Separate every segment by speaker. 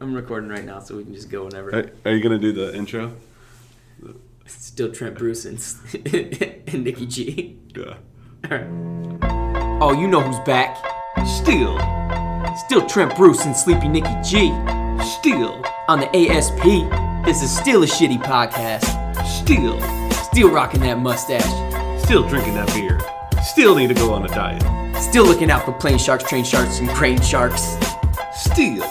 Speaker 1: I'm recording right now, so we can just go whenever.
Speaker 2: Are, are you gonna do the intro?
Speaker 1: Still Trent Bruce and, and Nikki G.
Speaker 2: Yeah.
Speaker 1: Oh, you know who's back. Still. Still Trent Bruce and Sleepy Nikki G. Still. On the ASP. This is still a shitty podcast. Still. Still rocking that mustache.
Speaker 2: Still drinking that beer. Still need to go on a diet.
Speaker 1: Still looking out for plane sharks, train sharks, and crane sharks.
Speaker 2: Still,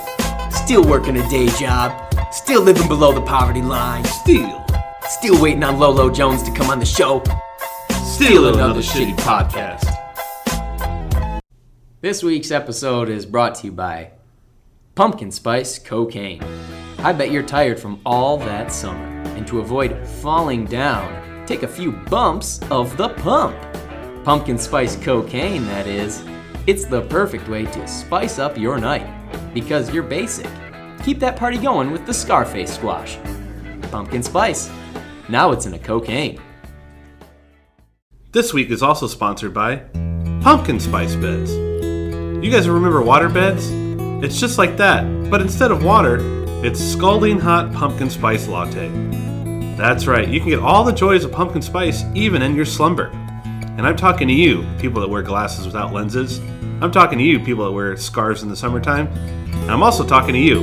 Speaker 1: Still working a day job. Still living below the poverty line.
Speaker 2: still,
Speaker 1: Still waiting on Lolo Jones to come on the show.
Speaker 2: still
Speaker 1: another shitty This week's episode is brought to you by Pumpkin Spice Cocaine. I bet you're tired from all that summer, and to avoid falling down, take a few bumps of the pump. Pumpkin Spice Cocaine, that is. It's the perfect way to spice up your night, because you're basic. Keep that party going with the Scarface Squash. Pumpkin Spice. Now it's in a cocaine.
Speaker 2: This week is also sponsored by Pumpkin Spice Beds. You guys remember water beds? It's just like that, but instead of water, it's scalding hot pumpkin spice latte. That's right, you can get all the joys of pumpkin spice even in your slumber. And I'm talking to you, people that wear glasses without lenses. I'm talking to you, people that wear scarves in the summertime. And I'm also talking to you,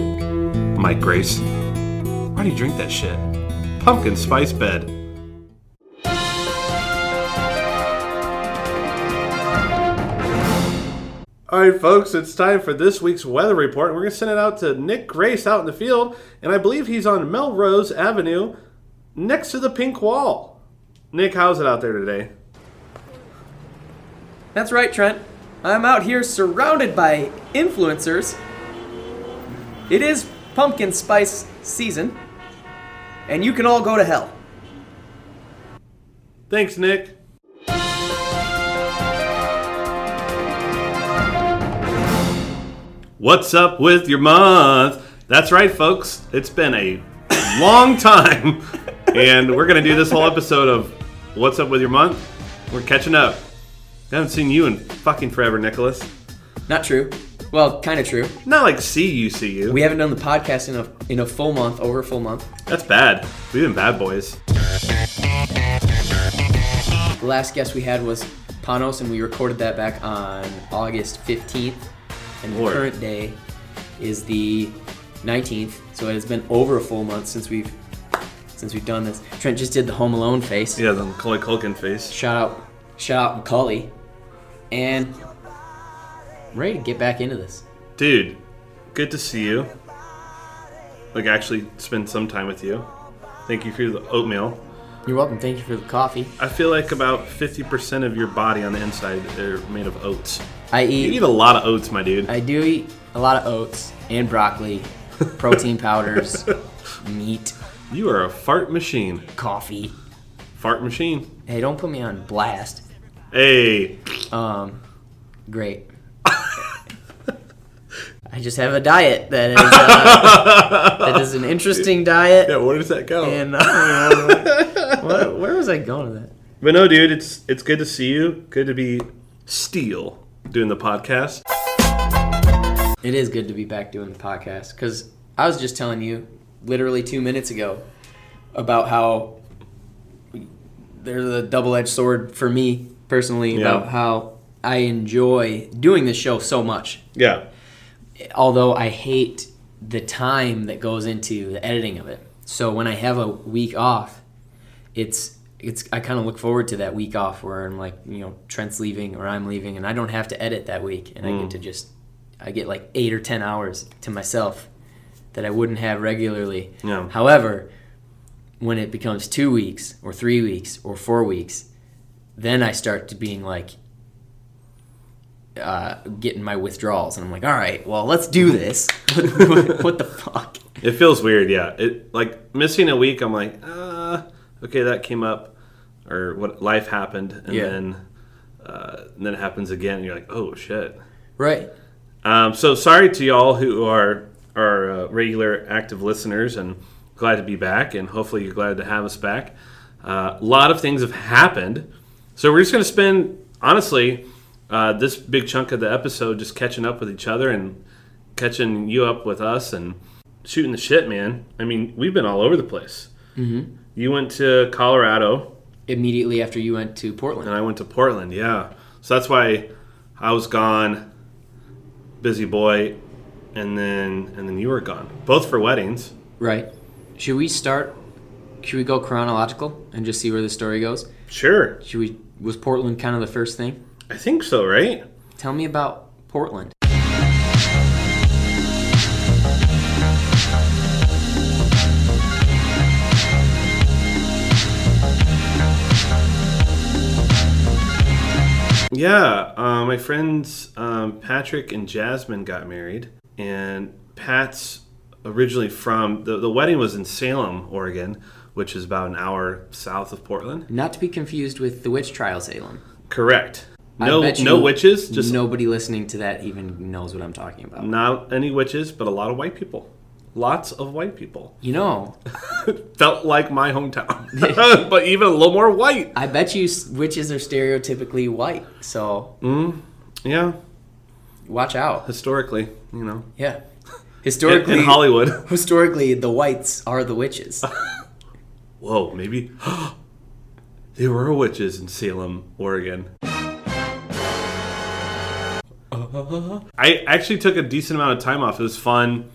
Speaker 2: Mike Grace. Why do you drink that shit? Pumpkin Spice Bed. All right, folks, it's time for this week's weather report. We're going to send it out to Nick Grace out in the field, and I believe he's on Melrose Avenue next to the pink wall. Nick, how's it out there today?
Speaker 1: That's right, Trent. I'm out here surrounded by influencers. It is pumpkin spice season, and you can all go to hell.
Speaker 2: Thanks, Nick. What's up with your month? That's right, folks. It's been a long time, and we're going to do this whole episode of What's Up with Your Month. We're catching up. I haven't seen you in fucking forever, Nicholas.
Speaker 1: Not true. Well, kind of true.
Speaker 2: Not like see you, see you.
Speaker 1: We haven't done the podcast in a in a full month, over a full month.
Speaker 2: That's bad. We've been bad boys.
Speaker 1: The last guest we had was Panos, and we recorded that back on August 15th. And the
Speaker 2: Lord.
Speaker 1: current day is the 19th, so it has been over a full month since we've since we've done this. Trent just did the Home Alone face.
Speaker 2: Yeah, the Macaulay Culkin face.
Speaker 1: Shout out, shout out Macaulay, and I'm ready to get back into this.
Speaker 2: Dude, good to see you. Like, actually spend some time with you. Thank you for the oatmeal.
Speaker 1: You're welcome. Thank you for the coffee.
Speaker 2: I feel like about 50% of your body on the inside are made of oats.
Speaker 1: I
Speaker 2: You
Speaker 1: eat,
Speaker 2: eat a lot of oats, my dude.
Speaker 1: I do eat a lot of oats and broccoli, protein powders, meat,
Speaker 2: You are a fart machine.
Speaker 1: coffee.
Speaker 2: Fart machine.
Speaker 1: Hey, don't put me on blast.
Speaker 2: Hey,
Speaker 1: Um, great. I just have a diet that is uh, that is an interesting diet.
Speaker 2: where does that go?
Speaker 1: And uh, where, where was I going with that?
Speaker 2: But no, dude, it's it's good to see you. Good to be steel doing the podcast.
Speaker 1: It is good to be back doing the podcast because I was just telling you literally two minutes ago about how there's a double edged sword for me personally
Speaker 2: Yeah.
Speaker 1: about how I enjoy doing this show so much.
Speaker 2: Yeah.
Speaker 1: Although I hate the time that goes into the editing of it. So when I have a week off, it's it's I kind of look forward to that week off where I'm like, you know, Trent's leaving or I'm leaving and I don't have to edit that week and I get to just I get like 8 or 10 hours to myself that I wouldn't have regularly.
Speaker 2: Yeah.
Speaker 1: However, when it becomes 2 weeks or 3 weeks or 4 weeks, then I start to being like uh, getting my withdrawals and I'm like, "All right, well, let's do this." what the fuck?
Speaker 2: It feels weird, yeah. It like missing a week. I'm like, uh, okay, that came up, or what life happened, and
Speaker 1: Yeah.
Speaker 2: then uh, and then it happens again. And you're like, oh shit.
Speaker 1: Right.
Speaker 2: Um, so sorry to y'all who are our uh, regular active listeners, and glad to be back, and hopefully you're glad to have us back. Uh, a lot of things have happened, so we're just going to spend honestly uh, this big chunk of the episode just catching up with each other and catching you up with us and shooting the shit, man. I mean, we've been all over the place. Mm-hmm. You went to Colorado,
Speaker 1: Immediately after you went to Portland.
Speaker 2: and I went to Portland. Yeah, so that's why I was gone, busy boy, and then and then you were gone, both for weddings.
Speaker 1: Right. Should we start? Should we go chronological and just see where the story goes?
Speaker 2: Sure,
Speaker 1: Should we? Was Portland kind of the first thing?
Speaker 2: I think so, right?
Speaker 1: Tell me about Portland.
Speaker 2: Yeah, uh, my friends um, Patrick and Jasmine got married, and Pat's originally from the, the wedding was in Salem, Oregon, which is about an hour south of Portland.
Speaker 1: Not to be confused with the witch trials, Salem.
Speaker 2: Correct.
Speaker 1: I
Speaker 2: No,
Speaker 1: bet
Speaker 2: no
Speaker 1: you
Speaker 2: witches. Just
Speaker 1: nobody listening to that even knows what I'm talking about.
Speaker 2: not any witches, but a lot of white people. Lots of white people.
Speaker 1: You know,
Speaker 2: Felt like my hometown, but even a little more white.
Speaker 1: I bet you s- witches are stereotypically white, so
Speaker 2: Yeah,
Speaker 1: watch out.
Speaker 2: historically, you know,
Speaker 1: Yeah,
Speaker 2: in,
Speaker 1: historically,
Speaker 2: in Hollywood.
Speaker 1: historically, the whites are the witches.
Speaker 2: Whoa, maybe there were witches in Salem, Oregon. I actually took a decent amount of time off. It was fun.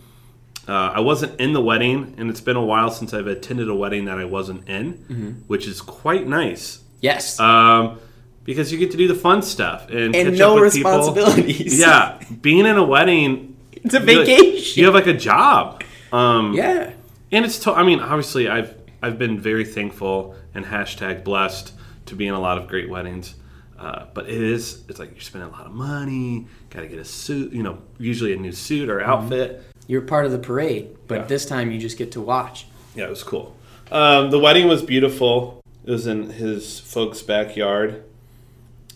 Speaker 2: Uh, I wasn't in the wedding, and it's been a while since I've attended a wedding that I wasn't in, which is quite nice
Speaker 1: Yes,
Speaker 2: um, because you get to do the fun stuff and,
Speaker 1: and
Speaker 2: catch
Speaker 1: no
Speaker 2: up with people.
Speaker 1: responsibilities.
Speaker 2: Yeah, being in a wedding,
Speaker 1: it's a
Speaker 2: you like-
Speaker 1: vacation.
Speaker 2: You have like a job. Um,
Speaker 1: yeah,
Speaker 2: and it's to- I mean obviously I've I've been very thankful and hashtag blessed to be in a lot of great weddings uh, but it is it's like you're spending a lot of money gotta get a suit you know usually a new suit or
Speaker 1: Mm-hmm.
Speaker 2: outfit
Speaker 1: you're part of the parade, but
Speaker 2: Yeah.
Speaker 1: this time you just get to watch.
Speaker 2: yeah it was cool um, the wedding was beautiful it was in his folks backyard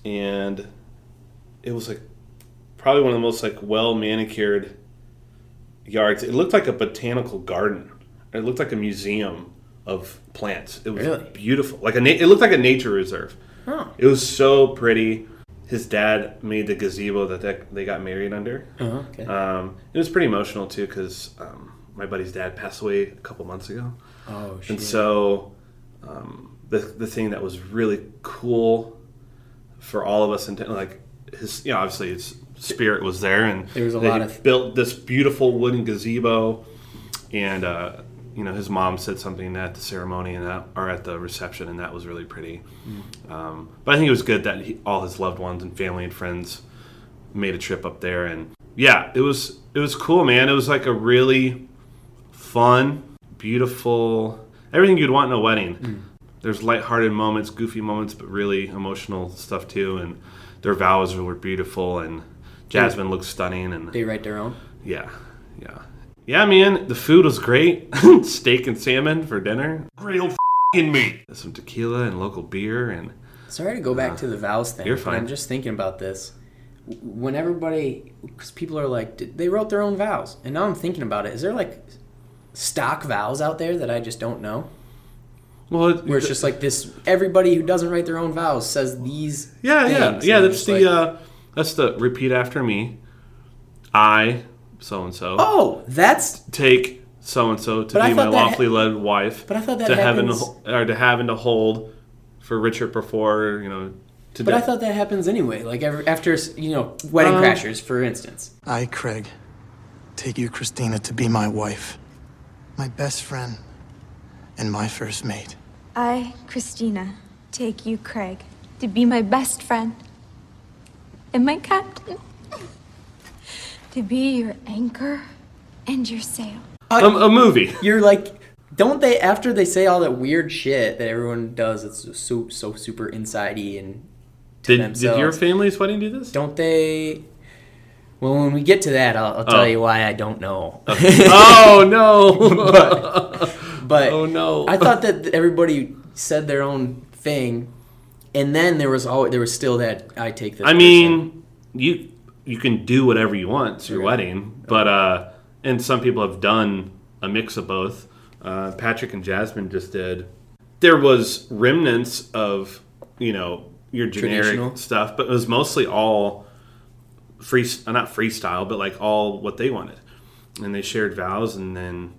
Speaker 2: and it was like probably one of the most like well manicured yards it looked like a botanical garden it looked like a museum of plants it was
Speaker 1: Really?
Speaker 2: beautiful like a na- it looked like a nature reserve
Speaker 1: Huh.
Speaker 2: it was so pretty his dad made the gazebo that they- they got married under
Speaker 1: Oh, okay.
Speaker 2: um, it was pretty emotional too because um, my buddy's dad passed away a couple months ago
Speaker 1: oh shit.
Speaker 2: and so, um, the the thing that was really cool for all of us, and like his, you know, obviously his spirit was there, and
Speaker 1: There was a
Speaker 2: they
Speaker 1: lot of-
Speaker 2: built this beautiful wooden gazebo, and uh, you know, his mom said something at the ceremony and that, or at the reception, and that was really pretty.
Speaker 1: Mm.
Speaker 2: Um, but I think it was good that he, all his loved ones and family and friends made a trip up there, and yeah, it was it was cool, man. It was like a really fun, beautiful, everything you'd want in a wedding. There's lighthearted moments, goofy moments, but really emotional stuff too. And their vows were beautiful, and Jasmine looked stunning. And
Speaker 1: they write their own.
Speaker 2: yeah, yeah, yeah, man. The food was great. Steak and salmon for dinner. Grilled f***ing meat. Some tequila and local beer, and
Speaker 1: Sorry to go back to the vows thing.
Speaker 2: you're
Speaker 1: but
Speaker 2: fine.
Speaker 1: I'm just thinking about this. W- When everybody, because people are like, "Did- they wrote their own vows, and now I'm thinking about it. Is there like stock vows out there that I just don't know?
Speaker 2: well, it,
Speaker 1: Where it's just like this: everybody who doesn't write their own vows says these.
Speaker 2: yeah, yeah,
Speaker 1: things,
Speaker 2: yeah.
Speaker 1: and
Speaker 2: That's
Speaker 1: it's
Speaker 2: the
Speaker 1: like,
Speaker 2: uh, that's the repeat after me. I so and so.
Speaker 1: oh, that's
Speaker 2: take so and so to
Speaker 1: But I
Speaker 2: be my
Speaker 1: thought that
Speaker 2: lawfully led wife.
Speaker 1: but I thought that
Speaker 2: to have and
Speaker 1: happens-
Speaker 2: or to have and to hold for Richard before you know to
Speaker 1: But I
Speaker 2: death.
Speaker 1: thought that happens anyway. Like every, after you know, Wedding
Speaker 2: Um,
Speaker 1: Crashers, for instance.
Speaker 3: I, Craig, take you, Christina, to be my wife, my best friend, and my first mate.
Speaker 4: I, Christina, take you, Craig, to be my best friend and my captain, to be your anchor and your sail.
Speaker 2: Um, a movie.
Speaker 1: You're like, don't they? After they say all that weird shit that everyone does, it's so so super insidey and to
Speaker 2: Did, did
Speaker 1: themselves.
Speaker 2: your family's wedding do this?
Speaker 1: Don't they? Well, when we get to that, I'll, I'll tell
Speaker 2: Oh.
Speaker 1: you why I don't know.
Speaker 2: oh no!
Speaker 1: but
Speaker 2: oh no!
Speaker 1: I thought that everybody said their own thing, and then there was always there was still that I take this.
Speaker 2: I mean, you you can do whatever you want. It's your wedding, but uh, and some people have done a mix of both. Uh, Patrick and Jasmine just did. There was remnants of you know your generic
Speaker 1: Traditional.
Speaker 2: stuff, but it was mostly all free, uh, not freestyle, but like all what they wanted. and they shared vows, and then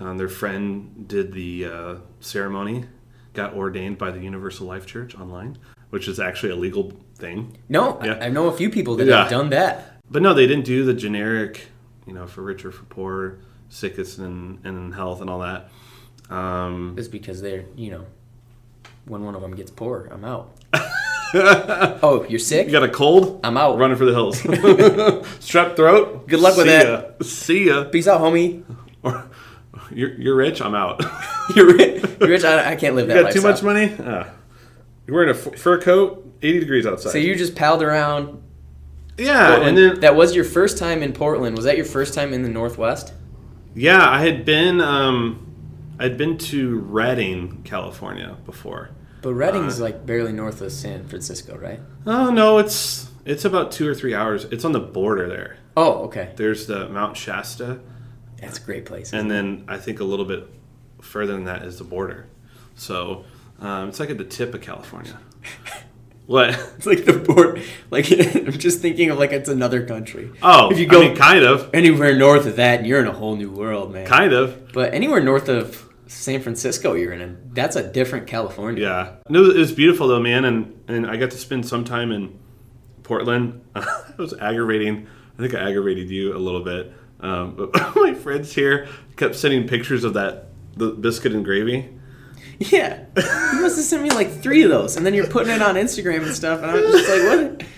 Speaker 2: um, their friend did the uh, ceremony, got ordained by the Universal Life Church online, which is actually a legal thing.
Speaker 1: No,
Speaker 2: Yeah.
Speaker 1: I, I know a few people that
Speaker 2: Yeah.
Speaker 1: have done that.
Speaker 2: But no, they didn't do the generic, you know, for richer, for poor, sickest, and and health, and all that. Um,
Speaker 1: It's because they're, you know, when one of them gets poor, I'm out. oh, you're sick?
Speaker 2: you got a cold?
Speaker 1: I'm out.
Speaker 2: Running for the hills. Strep throat.
Speaker 1: Good luck with
Speaker 2: See
Speaker 1: that.
Speaker 2: ya. See ya.
Speaker 1: Peace out, homie.
Speaker 2: Or you're, you're rich. I'm out.
Speaker 1: You're rich. You're rich. I, I can't live that
Speaker 2: you got too
Speaker 1: lifestyle.
Speaker 2: much money. Ah. you're wearing a f- fur coat. 80 degrees outside.
Speaker 1: So you just palled around.
Speaker 2: yeah, and
Speaker 1: Portland.
Speaker 2: then
Speaker 1: that was your first time in Portland. Was that your first time in the Northwest?
Speaker 2: yeah, I had been um, I'd been to Redding, California before.
Speaker 1: But Redding's like barely north of San Francisco, right?
Speaker 2: Oh no, it's it's about two or three hours. It's on the border there.
Speaker 1: Oh, okay.
Speaker 2: There's the Mount Shasta,
Speaker 1: That's a great place.
Speaker 2: and then I think a little bit further than that is the border. So um, it's like at the tip of California. what?
Speaker 1: It's like the port. Like I'm just thinking of like it's another country.
Speaker 2: Oh,
Speaker 1: if you go
Speaker 2: I mean, kind of,
Speaker 1: anywhere north of that, you're in a whole new world, man.
Speaker 2: kind of.
Speaker 1: But anywhere north of San Francisco, you're in a, that's a different California.
Speaker 2: Yeah, and it was, it was beautiful though, man, and and I got to spend some time in Portland. it was aggravating. I think I aggravated you a little bit, um, but my friends here kept sending pictures of that the biscuit and gravy.
Speaker 1: Yeah. you must have sent me like three of those, and then you're putting it on Instagram and stuff, and I'm just like,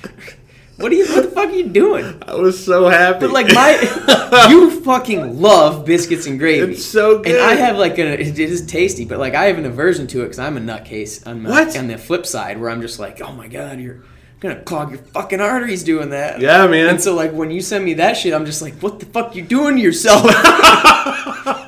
Speaker 1: what? What are you? What the fuck are you doing?
Speaker 2: I was so happy.
Speaker 1: But like my, you fucking love biscuits and gravy.
Speaker 2: It's so good.
Speaker 1: And I have like an it is tasty, but like I have an aversion to it because I'm a nutcase. On my,
Speaker 2: What?
Speaker 1: On the flip side, where I'm just like, oh my god, you're gonna clog your fucking arteries doing that.
Speaker 2: yeah, man.
Speaker 1: And so like when you send me that shit, I'm just like, what the fuck you doing to yourself? you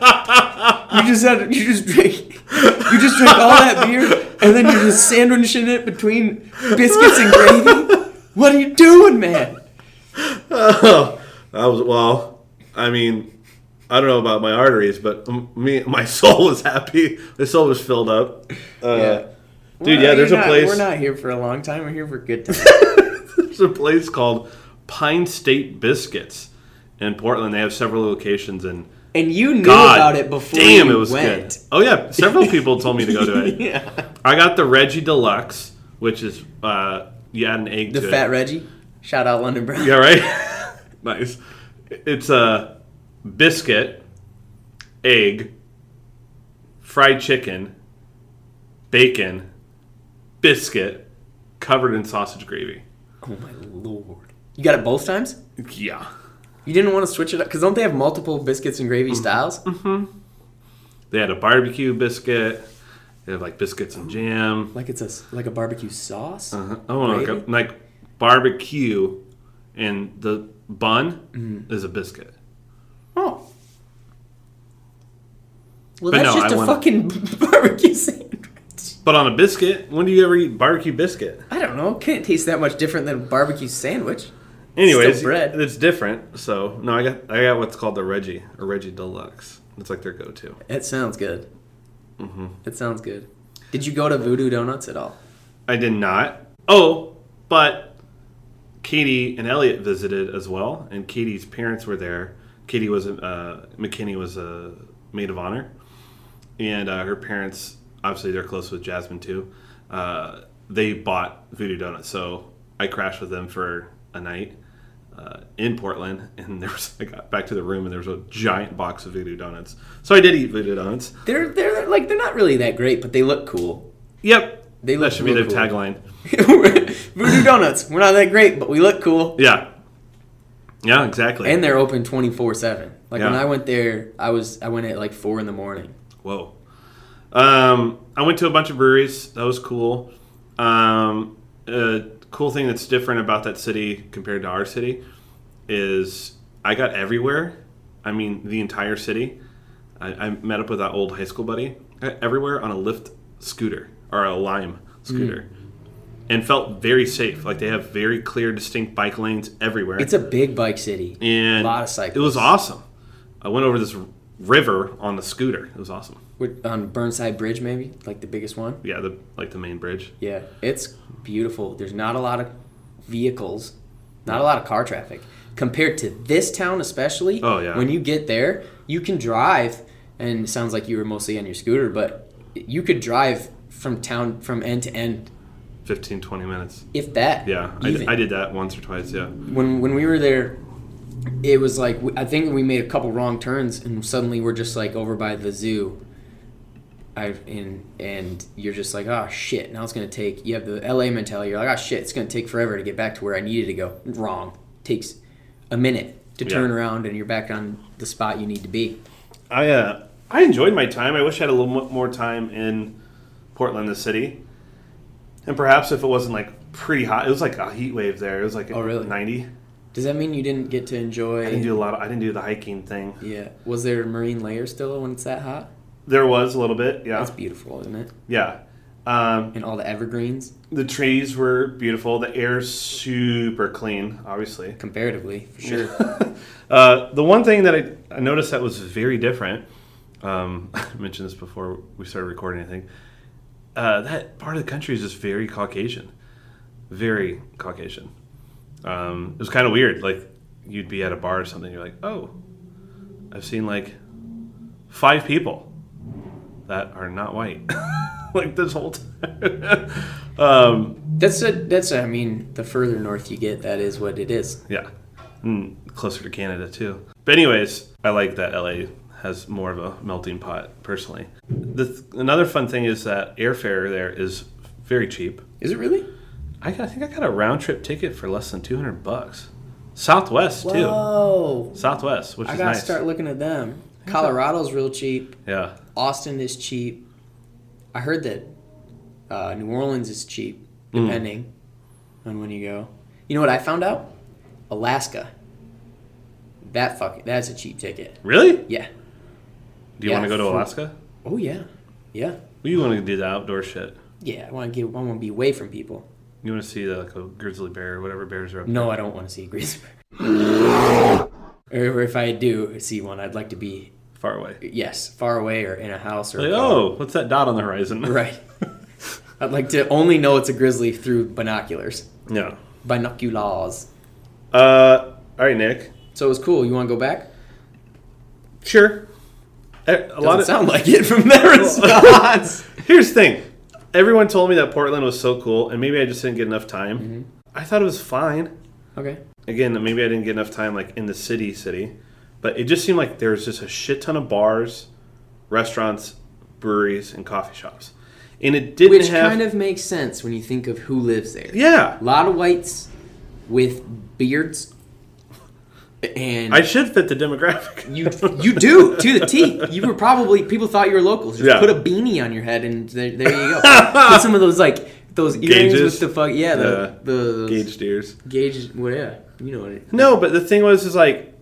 Speaker 1: just had you just drink you just drink all that beer and then you're just sandwiching it between biscuits and gravy. What are you doing, man?
Speaker 2: I was well. I mean, I don't know about my arteries, but m- me, my soul was happy. My soul was filled up. Uh, Dude, yeah,
Speaker 1: You're
Speaker 2: there's a
Speaker 1: not-
Speaker 2: place.
Speaker 1: We're not here for a long time. We're here for good time.
Speaker 2: There's a place called Pine State Biscuits in Portland. They have several locations, and
Speaker 1: And you knew
Speaker 2: God
Speaker 1: about it before
Speaker 2: damn,
Speaker 1: you
Speaker 2: it was
Speaker 1: went.
Speaker 2: good. Oh yeah, several people told me to go to it.
Speaker 1: Yeah.
Speaker 2: I got the Reggie Deluxe, which is uh, you add an egg
Speaker 1: The
Speaker 2: to
Speaker 1: Fat
Speaker 2: it.
Speaker 1: Reggie. Shout out London Brown.
Speaker 2: yeah, right. nice. It's a biscuit, egg, fried chicken, bacon, biscuit, covered in sausage gravy.
Speaker 1: Oh my lord. You got it both times?
Speaker 2: Yeah.
Speaker 1: You didn't want to switch it up? Because don't they have multiple biscuits and
Speaker 2: Mm.
Speaker 1: gravy styles?
Speaker 2: They had a barbecue biscuit. They have like biscuits and jam.
Speaker 1: Like it's a, s- like a barbecue sauce?
Speaker 2: Oh, like,
Speaker 1: Gravy?
Speaker 2: a, like barbecue, and the bun is a biscuit.
Speaker 1: Oh. Well,
Speaker 2: But
Speaker 1: that's
Speaker 2: no,
Speaker 1: just
Speaker 2: I
Speaker 1: a
Speaker 2: wanna-
Speaker 1: fucking barbecue sandwich.
Speaker 2: But on a biscuit, when do you ever eat barbecue biscuit?
Speaker 1: I don't know. Can't taste that much different than a barbecue sandwich.
Speaker 2: Anyways,
Speaker 1: Still bread.
Speaker 2: it's different. So no, I got I got what's called the Reggie or Reggie Deluxe. It's like their go-to.
Speaker 1: It sounds good. Mm-hmm. It sounds good. Did you go to Voodoo Donuts at all?
Speaker 2: I did not. Oh, but Katie and Elliot visited as well, and Katie's parents were there. Katie was uh, McKinney was a maid of honor, and uh, her parents obviously they're close with Jasmine too. Uh, they bought Voodoo Donuts, so I crashed with them for a night uh, in Portland, and there was I got back to the room and there was a giant box of Voodoo Donuts. So I did eat Voodoo Donuts.
Speaker 1: They're they're like they're not really that great, but they look cool.
Speaker 2: Yep,
Speaker 1: They look
Speaker 2: that should be
Speaker 1: real
Speaker 2: their
Speaker 1: cool.
Speaker 2: tagline.
Speaker 1: Voodoo Donuts. We're not that great, but we look cool.
Speaker 2: Yeah, yeah, exactly.
Speaker 1: And they're open twenty four seven. Like when
Speaker 2: Yeah.
Speaker 1: I went there, I was I went at like four in the morning.
Speaker 2: Whoa. Um, I went to a bunch of breweries. That was cool. Um, a cool thing that's different about that city compared to our city is I got everywhere. I mean, the entire city. I, I met up with that old high school buddy I got everywhere on a Lyft scooter or a Lime scooter.
Speaker 1: Hmm.
Speaker 2: And felt very safe. Like they have very clear, distinct bike lanes everywhere
Speaker 1: It's a big bike city.
Speaker 2: and
Speaker 1: lot of cyclists.
Speaker 2: It was awesome. I went over this r- river on the scooter. It was awesome.
Speaker 1: With- on Burnside Bridge, maybe like the biggest one.
Speaker 2: Yeah, the like the main bridge.
Speaker 1: Yeah, it's beautiful. There's not a lot of vehicles, not a lot of car traffic. compared to this town, especially.
Speaker 2: Oh, yeah.
Speaker 1: When you get there, you can drive, and it sounds like you were mostly on your scooter, but you could drive from town from end to end,
Speaker 2: 15, 20 minutes.
Speaker 1: if that.
Speaker 2: Yeah, I,
Speaker 1: even.
Speaker 2: I did that once or twice. Yeah.
Speaker 1: when when we were there, it was like I think we made a couple wrong turns, and suddenly we're just like over by the zoo. I and and you're just like, oh shit! Now it's gonna take. You have the LA mentality. You're like, oh shit! It's gonna take forever to get back to where I needed to go. Wrong. Takes a minute to turn
Speaker 2: Yeah.
Speaker 1: around, and you're back on the spot you need to be.
Speaker 2: I uh, I enjoyed my time. I wish I had a little mo- more time in Portland, the city, and perhaps if it wasn't like pretty hot, it was like a heat wave there. It was like
Speaker 1: Oh, really?
Speaker 2: ninety.
Speaker 1: Does that mean you didn't get to enjoy?
Speaker 2: I didn't do a lot. Of, I didn't do the hiking thing.
Speaker 1: yeah. Was there a marine layer still when it's that hot?
Speaker 2: There was a little bit. Yeah,
Speaker 1: That's beautiful, isn't it?
Speaker 2: yeah. Um,
Speaker 1: And all the evergreens,
Speaker 2: the trees were beautiful. The air's super clean, obviously.
Speaker 1: comparatively, for sure.
Speaker 2: Uh, the one thing that I, I noticed that was very different, um, I mentioned this before we started recording, I think, uh, that part of the country is just very Caucasian. Very Caucasian. Um, it was kind of weird. Like, you'd be at a bar or something, you're like, oh, I've seen like five people that are not white. like, this whole time. um,
Speaker 1: That's a that's a, I mean, the further north you get, that is what it is.
Speaker 2: Yeah. And closer to Canada, too. But, anyways, I like that LA has more of a melting pot, personally. The th- another fun thing is that airfare there is very cheap.
Speaker 1: Is it really?
Speaker 2: I, got, I think I got a round trip ticket for less than 200 bucks. Southwest,
Speaker 1: Whoa!
Speaker 2: too. Southwest, which
Speaker 1: I
Speaker 2: is
Speaker 1: gotta
Speaker 2: nice.
Speaker 1: start looking at them. Colorado's real cheap.
Speaker 2: Yeah.
Speaker 1: Austin is cheap. I heard that uh, New Orleans is cheap, depending on when you go. You know what I found out? Alaska. That fucking that's a cheap ticket.
Speaker 2: Really?
Speaker 1: Yeah.
Speaker 2: Do you
Speaker 1: Yeah,
Speaker 2: want to go to
Speaker 1: for-
Speaker 2: Alaska?
Speaker 1: Oh yeah. Yeah.
Speaker 2: Well, you want to do the outdoor shit.
Speaker 1: Yeah. I want to get. I want to be away from people.
Speaker 2: You want to see the, like a grizzly bear or whatever bears are up
Speaker 1: No, I don't want to see a grizzly bear. or if I do see one, I'd like to be
Speaker 2: far away.
Speaker 1: yes, far away or in a house or a
Speaker 2: Like,
Speaker 1: car.
Speaker 2: oh, what's that dot on the horizon?
Speaker 1: right. I'd like to only know it's a grizzly through binoculars,
Speaker 2: Yeah.
Speaker 1: binoculars.
Speaker 2: Uh, all right, Nick.
Speaker 1: So it was cool. You want to go back?
Speaker 2: Sure. A a
Speaker 1: Doesn't
Speaker 2: lot of
Speaker 1: sound like it from their response.
Speaker 2: here's the thing. Everyone told me that Portland was so cool, and maybe I just didn't get enough time.
Speaker 1: Mm-hmm.
Speaker 2: I thought it was fine.
Speaker 1: okay.
Speaker 2: Again, maybe I didn't get enough time like in the city, city, but it just seemed like there was just a shit ton of bars, restaurants, breweries, and coffee shops, and it didn't
Speaker 1: Which
Speaker 2: have
Speaker 1: kind of makes sense when you think of who lives there.
Speaker 2: yeah.
Speaker 1: A lot of whites with beards. And
Speaker 2: I should fit the demographic.
Speaker 1: You you do to the T. You were probably people thought you were locals. Just
Speaker 2: Yeah.
Speaker 1: put a beanie on your head and there, there you go. put some of those like those earrings
Speaker 2: Gauges.
Speaker 1: with the fuck yeah
Speaker 2: Yeah.
Speaker 1: the the
Speaker 2: Gauged ears.
Speaker 1: gauge well, yeah you know what it,
Speaker 2: No, but the thing was is like,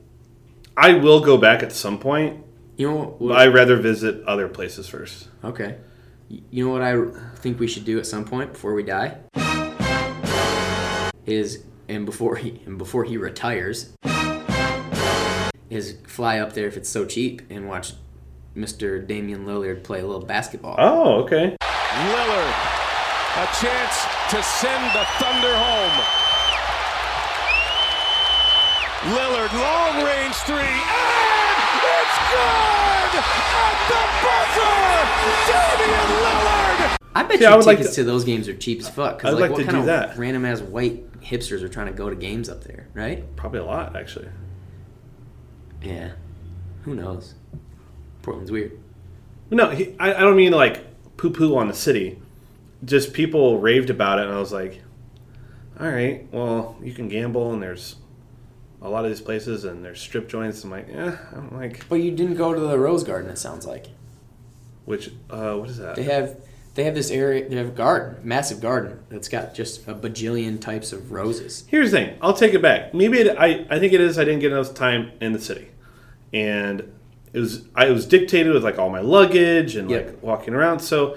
Speaker 2: I will go back at some point.
Speaker 1: you know what,
Speaker 2: But I'd rather visit other places first.
Speaker 1: okay Y- you know what I think we should do at some point before we die is and before he and before he retires is fly up there if it's so cheap and watch Mr. Damian Lillard play a little basketball.
Speaker 2: Oh, okay.
Speaker 5: Lillard, a chance to send the Thunder home. Lillard, long range three, and it's good at the buzzer. Damian Lillard.
Speaker 1: I bet
Speaker 2: Yeah,
Speaker 1: you
Speaker 2: I would like
Speaker 1: tickets
Speaker 2: to-
Speaker 1: to, those games are cheap as fuck.
Speaker 2: I'd
Speaker 1: Because like,
Speaker 2: like
Speaker 1: what
Speaker 2: to
Speaker 1: kind
Speaker 2: do
Speaker 1: of
Speaker 2: that.
Speaker 1: random ass white hipsters are trying to go to games up there, right?
Speaker 2: Probably a lot, actually.
Speaker 1: Yeah. Who knows? Portland's weird.
Speaker 2: No, he, I, I don't mean like poo poo on the city. Just people raved about it, and I was like, all right, well, you can gamble, and there's a lot of these places, and there's strip joints. I'm like, eh, I don't like.
Speaker 1: But you didn't go to the Rose Garden. It sounds like
Speaker 2: Which, uh, what is that?
Speaker 1: they have they have this area. They have a garden, massive garden that's got just a bajillion types of roses.
Speaker 2: Here's the thing. I'll take it back. Maybe it, I, I think it is. I didn't get enough time in the city, and it was I it was dictated with like all my luggage and
Speaker 1: Yep.
Speaker 2: like walking around. So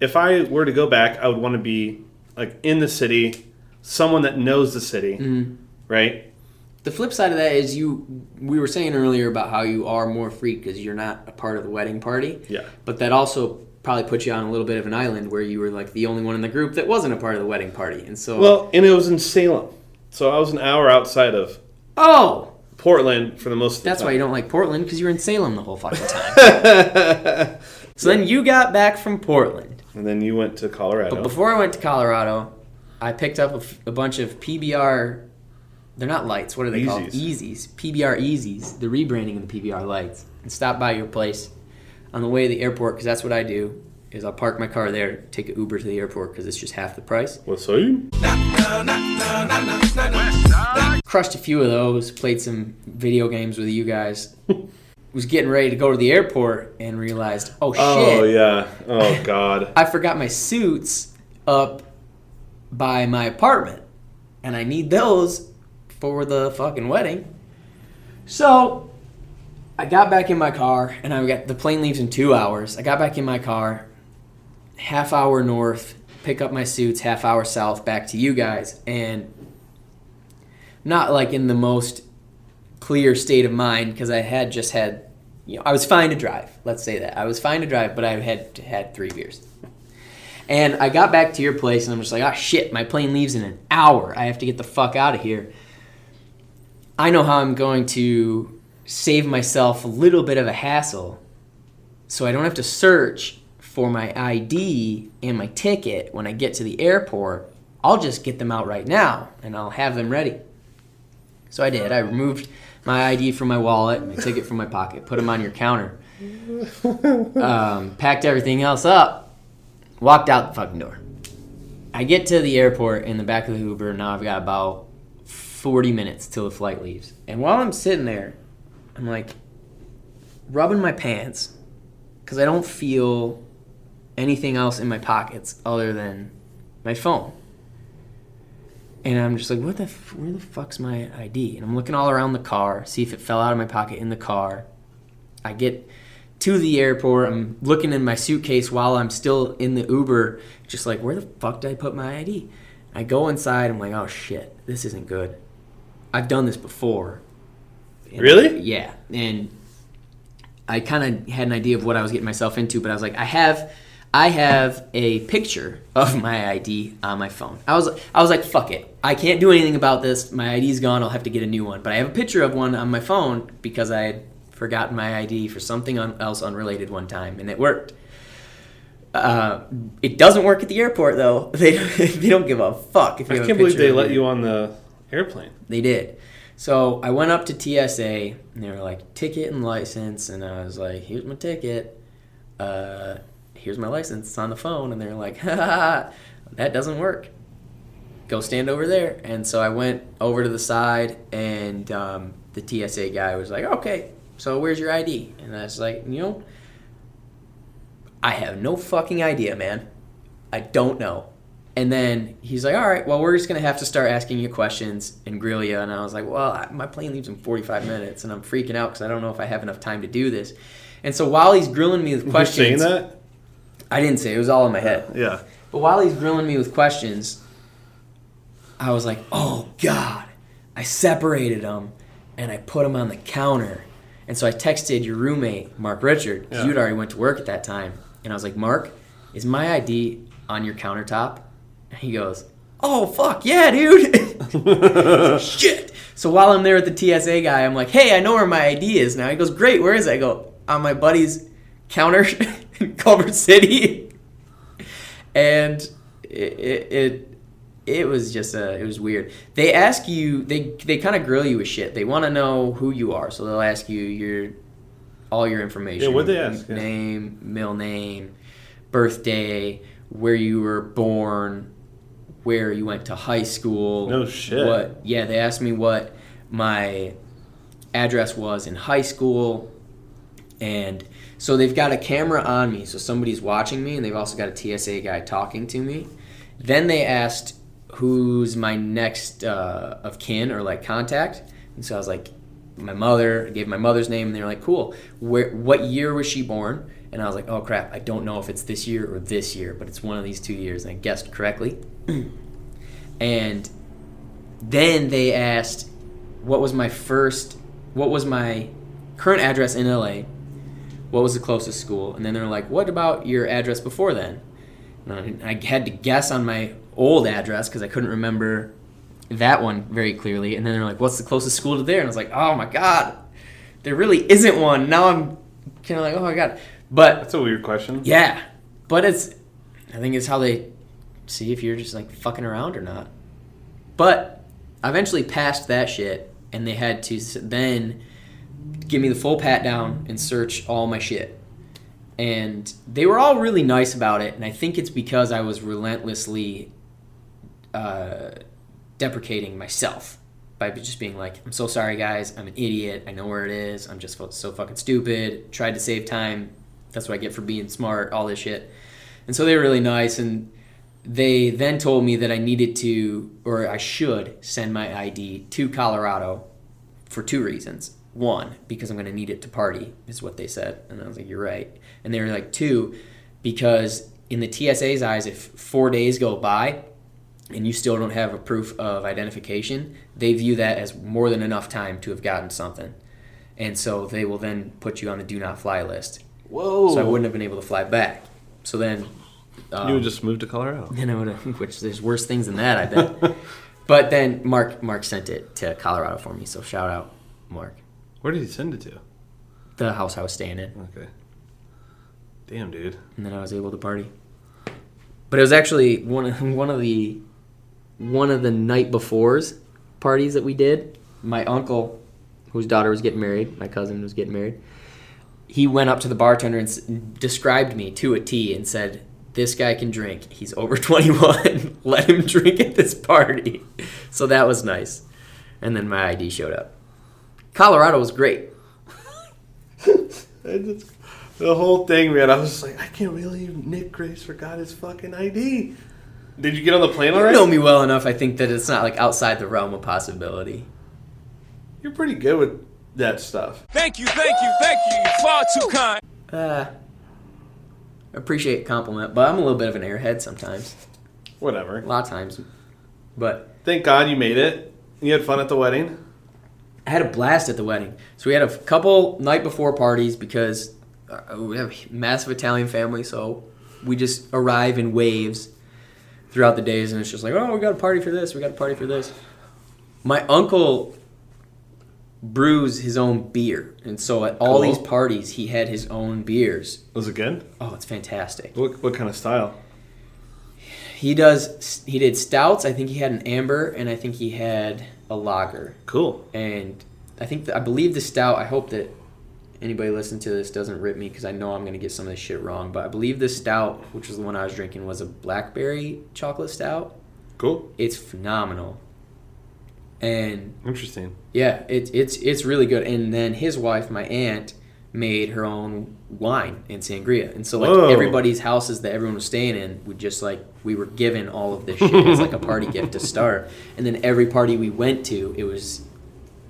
Speaker 2: if I were to go back, I would want to be like in the city, someone that knows the city,
Speaker 1: Mm-hmm.
Speaker 2: right?
Speaker 1: The flip side of that is you. We were saying earlier about how you are more free because you're not a part of the wedding party.
Speaker 2: Yeah.
Speaker 1: But that also probably put you on a little bit of an island where you were like the only one in the group that wasn't a part of the wedding party, and so
Speaker 2: Well, and it was in Salem, so I was an hour outside of
Speaker 1: Oh,
Speaker 2: Portland for the most. Of the
Speaker 1: that's why
Speaker 2: time.
Speaker 1: you don't like Portland because you were in Salem the whole fucking time. so then you got back from Portland.
Speaker 2: And then you went to Colorado.
Speaker 1: But before I went to Colorado, I picked up a, f- a bunch of PBR. They're not lights. What are they called?
Speaker 2: Yeezys.
Speaker 1: Easies. PBR Easies. The rebranding of the PBR lights. And stopped by your place on the way to the airport because that's what I do. Is I'll park my car there, take an Uber to the airport because it's just half the price.
Speaker 2: What's up?
Speaker 1: crushed a few of those, played some video games with you guys. was getting ready to go to the airport and realized, oh shit,
Speaker 2: Oh yeah. Oh god.
Speaker 1: I forgot my suits up by my apartment, and I need those for the fucking wedding. So I got back in my car, and I got the plane leaves in two hours. I got back in my car, half hour north, pick up my suits, half hour south, back to you guys, and not like in the most clear state of mind because I had just had, you know, I was fine to drive. Let's say that I was fine to drive, but I had had three beers. And I got back to your place, and I'm just like, oh shit, my plane leaves in an hour. I have to get the fuck out of here. I know how I'm going to save myself a little bit of a hassle, so I don't have to search for my ID and my ticket when I get to the airport. I'll just get them out right now, and I'll have them ready. So I did. I removed my ID from my wallet, my ticket from my pocket, put them on your counter, um, packed everything else up, walked out the fucking door. I get to the airport in the back of the Uber. Now I've got about 40 minutes till the flight leaves. And while I'm sitting there, I'm like rubbing my pants because I don't feel anything else in my pockets other than my phone. And I'm just like, what the, f- where the fuck's my ID? And I'm looking all around the car, see if it fell out of my pocket in the car. I get to the airport, I'm looking in my suitcase while I'm still in the Uber, just like, where the fuck did I put my ID? I go inside, I'm like, oh shit, this isn't good. I've done this before. And-
Speaker 2: Really?
Speaker 1: Yeah. And I kind of had an idea of what I was getting myself into, but I was like, I have, I have a picture of my ID on my phone. I was, I was like, fuck it, I can't do anything about this. My ID's gone. I'll have to get a new one. But I have a picture of one on my phone because I had forgotten my ID for something un- else unrelated one time, and it worked. Uh, it doesn't work at the airport though. They they don't give a fuck if you
Speaker 2: I
Speaker 1: have a
Speaker 2: can't believe
Speaker 1: picture
Speaker 2: they
Speaker 1: of
Speaker 2: let
Speaker 1: your-
Speaker 2: you on the airplane.
Speaker 1: they did. So I went up to TSA and they were like, ticket and license. And I was like, here's my ticket. Uh, here's my license. It's on the phone. And they're like, ha, ha, ha, that doesn't work. Go stand over there. And so I went over to the side and um, the TSA guy was like, okay, so where's your ID? And I was like, you know, I have no fucking idea, man. I don't know. And then he's like, all right, well, we're just going to have to start asking you questions and grill you. And I was like, well, I- my plane leaves in 45 minutes and I'm freaking out because I don't know if I have enough time to do this. And so while he's grilling me with
Speaker 2: You saying
Speaker 1: questions,
Speaker 2: that?
Speaker 1: I didn't say it, it was all in my head.
Speaker 2: Yeah.
Speaker 1: But while he's grilling me with questions, I was like, oh God. I separated them and I put them on the counter. And so I texted your roommate, Mark Richard, 'cause
Speaker 2: Yeah.
Speaker 1: you'd already went to work at that time. And I was like, Mark, is my ID on your countertop? And he goes, oh fuck yeah, dude. Shit. So while I'm there with the TSA guy, I'm like, hey, I know where my ID is now. He goes, great, where is it? I go, on my buddy's counter in Culver City and it, it, it it was just a it was weird. They ask you they they kind of grill you with shit. They want to know who you are, so they'll ask you your all your information.
Speaker 2: Yeah, what'd they ask? Yeah.
Speaker 1: Name, middle name, birthday, where you were born, where you went to high school.
Speaker 2: No shit.
Speaker 1: What? Yeah, they asked me what my address was in high school and so they've got a camera on me so somebody's watching me and they've also got a tsa guy talking to me then they asked who's my next uh, of kin or like contact and so i was like my mother I gave my mother's name and they were like cool Where, what year was she born and i was like oh crap i don't know if it's this year or this year but it's one of these two years and i guessed correctly and then they asked what was my first what was my current address in LA? What was the closest school? And then they're like, "What about your address before then?" And I I had to guess on my old address because I couldn't remember that one very clearly. And then they're like, what's the closest school to there? And I was like, oh my God, there really isn't one. Now I'm kind of like, oh my God. But
Speaker 2: That's a weird question.
Speaker 1: yeah, but it's, I think it's how they see if you're just like fucking around or not. But I eventually passed that shit, and they had to s- then give me the full pat down and search all my shit. And they were all really nice about it, and I think it's because I was relentlessly uh, deprecating myself by just being like, I'm so sorry, guys. I'm an idiot. I know where it is. I'm just fu- so fucking stupid. Tried to save time. That's what I get for being smart, all this shit. And so they were really nice, and they then told me that I needed to, or I should, send my ID to Colorado for two reasons. One, because I'm going to need it to party, is what they said. And I was like, you're right. And they were like, two, because in the TSA's eyes, if four days go by and you still don't have a proof of identification, they view that as more than enough time to have gotten something. And so they will then put you on the do not fly list.
Speaker 2: Whoa.
Speaker 1: So um, I wouldn't have been able to fly back. So then
Speaker 2: you would just move to Colorado.
Speaker 1: you know, which there's worse things than that, I bet. but then Mark Mark sent it to Colorado for me, so shout out Mark.
Speaker 2: Where did he send it to?
Speaker 1: The house I was staying in,
Speaker 2: Okay. Damn, dude.
Speaker 1: and then I was able to party. But it was actually one of one of the one of the night before's parties that we did. My uncle, whose daughter was getting married, my cousin was getting married. He went up to the bartender and s- described me to a T and said, "This guy can drink. He's over 21. Let him drink at this party." So that was nice. And then my ID showed up. Colorado was great.
Speaker 2: I just- the whole thing, man. I was just like, I can't believe Nick Grace forgot his fucking ID. Did you get on the plane
Speaker 1: You
Speaker 2: already?
Speaker 1: know me well enough. I think that it's not like outside the realm of possibility.
Speaker 2: You're pretty good with that stuff.
Speaker 5: Thank you, thank you, thank you. You're far too kind.
Speaker 1: Uh, appreciate compliment, but I'm a little bit of an airhead sometimes.
Speaker 2: Whatever.
Speaker 1: A lot of times. But
Speaker 2: Thank God you made it. You had fun at the wedding.
Speaker 1: I had a blast at the wedding. So we had a couple night before parties because uh, we have a massive Italian family, so we just arrive in waves throughout the days, and it's just like, oh, we got a party for this, we got a party for this. My uncle brews his own beer, and so at all
Speaker 2: Cool.
Speaker 1: these parties, he had his own beers.
Speaker 2: Was it good?
Speaker 1: Oh, it's fantastic.
Speaker 2: What, what kind of style?
Speaker 1: He does. He did stouts. I think he had an amber, and I think he had a lager.
Speaker 2: Cool.
Speaker 1: And I think I believe the stout. I hope that anybody listening to this doesn't rip me because I know I'm gonna get some of this shit wrong. But I believe the stout, which was the one I was drinking, was a blackberry chocolate stout.
Speaker 2: Cool.
Speaker 1: It's phenomenal. And
Speaker 2: Interesting.
Speaker 1: yeah, it's it's it's really good. And then his wife, my aunt, made her own wine and sangria. And so like
Speaker 2: Whoa.
Speaker 1: everybody's houses that everyone was staying in, we just like we were given all of this shit as like a party gift to start. And then every party we went to, it was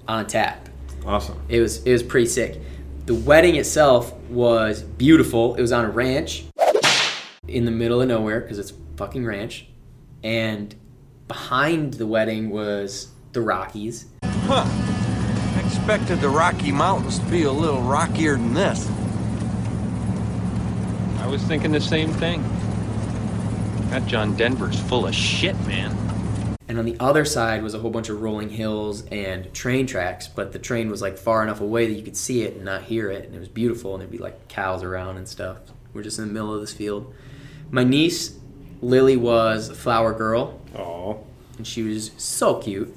Speaker 1: on tap.
Speaker 2: Awesome.
Speaker 1: It was it was pretty sick. The wedding itself was beautiful. It was on a ranch in the middle of nowhere because it's a fucking ranch. And behind the wedding was the Rockies.
Speaker 6: I expected the Rocky Mountains to be a little rockier than this.
Speaker 7: I was thinking the same thing. That John Denver's full of shit, man.
Speaker 1: And on the other side was a whole bunch of rolling hills and train tracks, but the train was like far enough away that you could see it and not hear it, and it was beautiful, and there'd be like cows around and stuff. We're just in the middle of this field. My niece, Lily, was a flower girl,
Speaker 2: Oh.
Speaker 1: and she was so cute.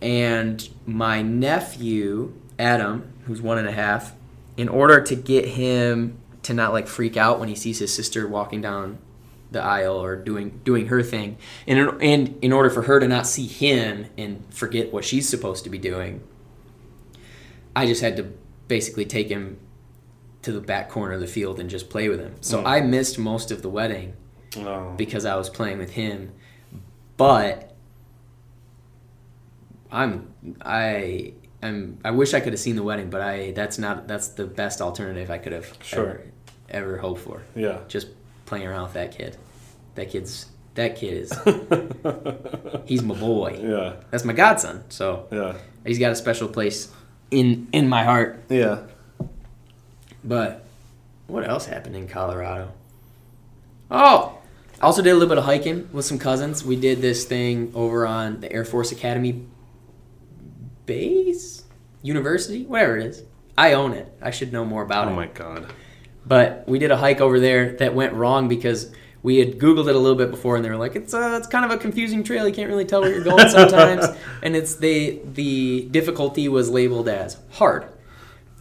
Speaker 1: And my nephew, Adam, who's one and a half, in order to get him to not like freak out when he sees his sister walking down the aisle or doing doing her thing, and in, and in order for her to not see him and forget what she's supposed to be doing, I just had to basically take him to the back corner of the field and just play with him. So I missed most of the wedding
Speaker 2: Oh.
Speaker 1: because I was playing with him. But I'm I am I wish I could have seen the wedding, but I that's not that's the best alternative I could have
Speaker 2: Sure.
Speaker 1: ever, ever hoped for.
Speaker 2: Yeah.
Speaker 1: Just playing around with that kid. That kid's that kid is he's my boy.
Speaker 2: Yeah.
Speaker 1: That's my godson. So
Speaker 2: Yeah.
Speaker 1: he's got a special place in in my heart.
Speaker 2: Yeah.
Speaker 1: But what else happened in Colorado? Oh, I also did a little bit of hiking with some cousins. We did this thing over on the Air Force Academy base, university, whatever it is. I own it. I should know more about
Speaker 2: Oh
Speaker 1: it.
Speaker 2: my god.
Speaker 1: But we did a hike over there that went wrong because we had Googled it a little bit before, and they were like, "It's uh it's kind of a confusing trail. You can't really tell where you're going sometimes." and it's they the difficulty was labeled as hard,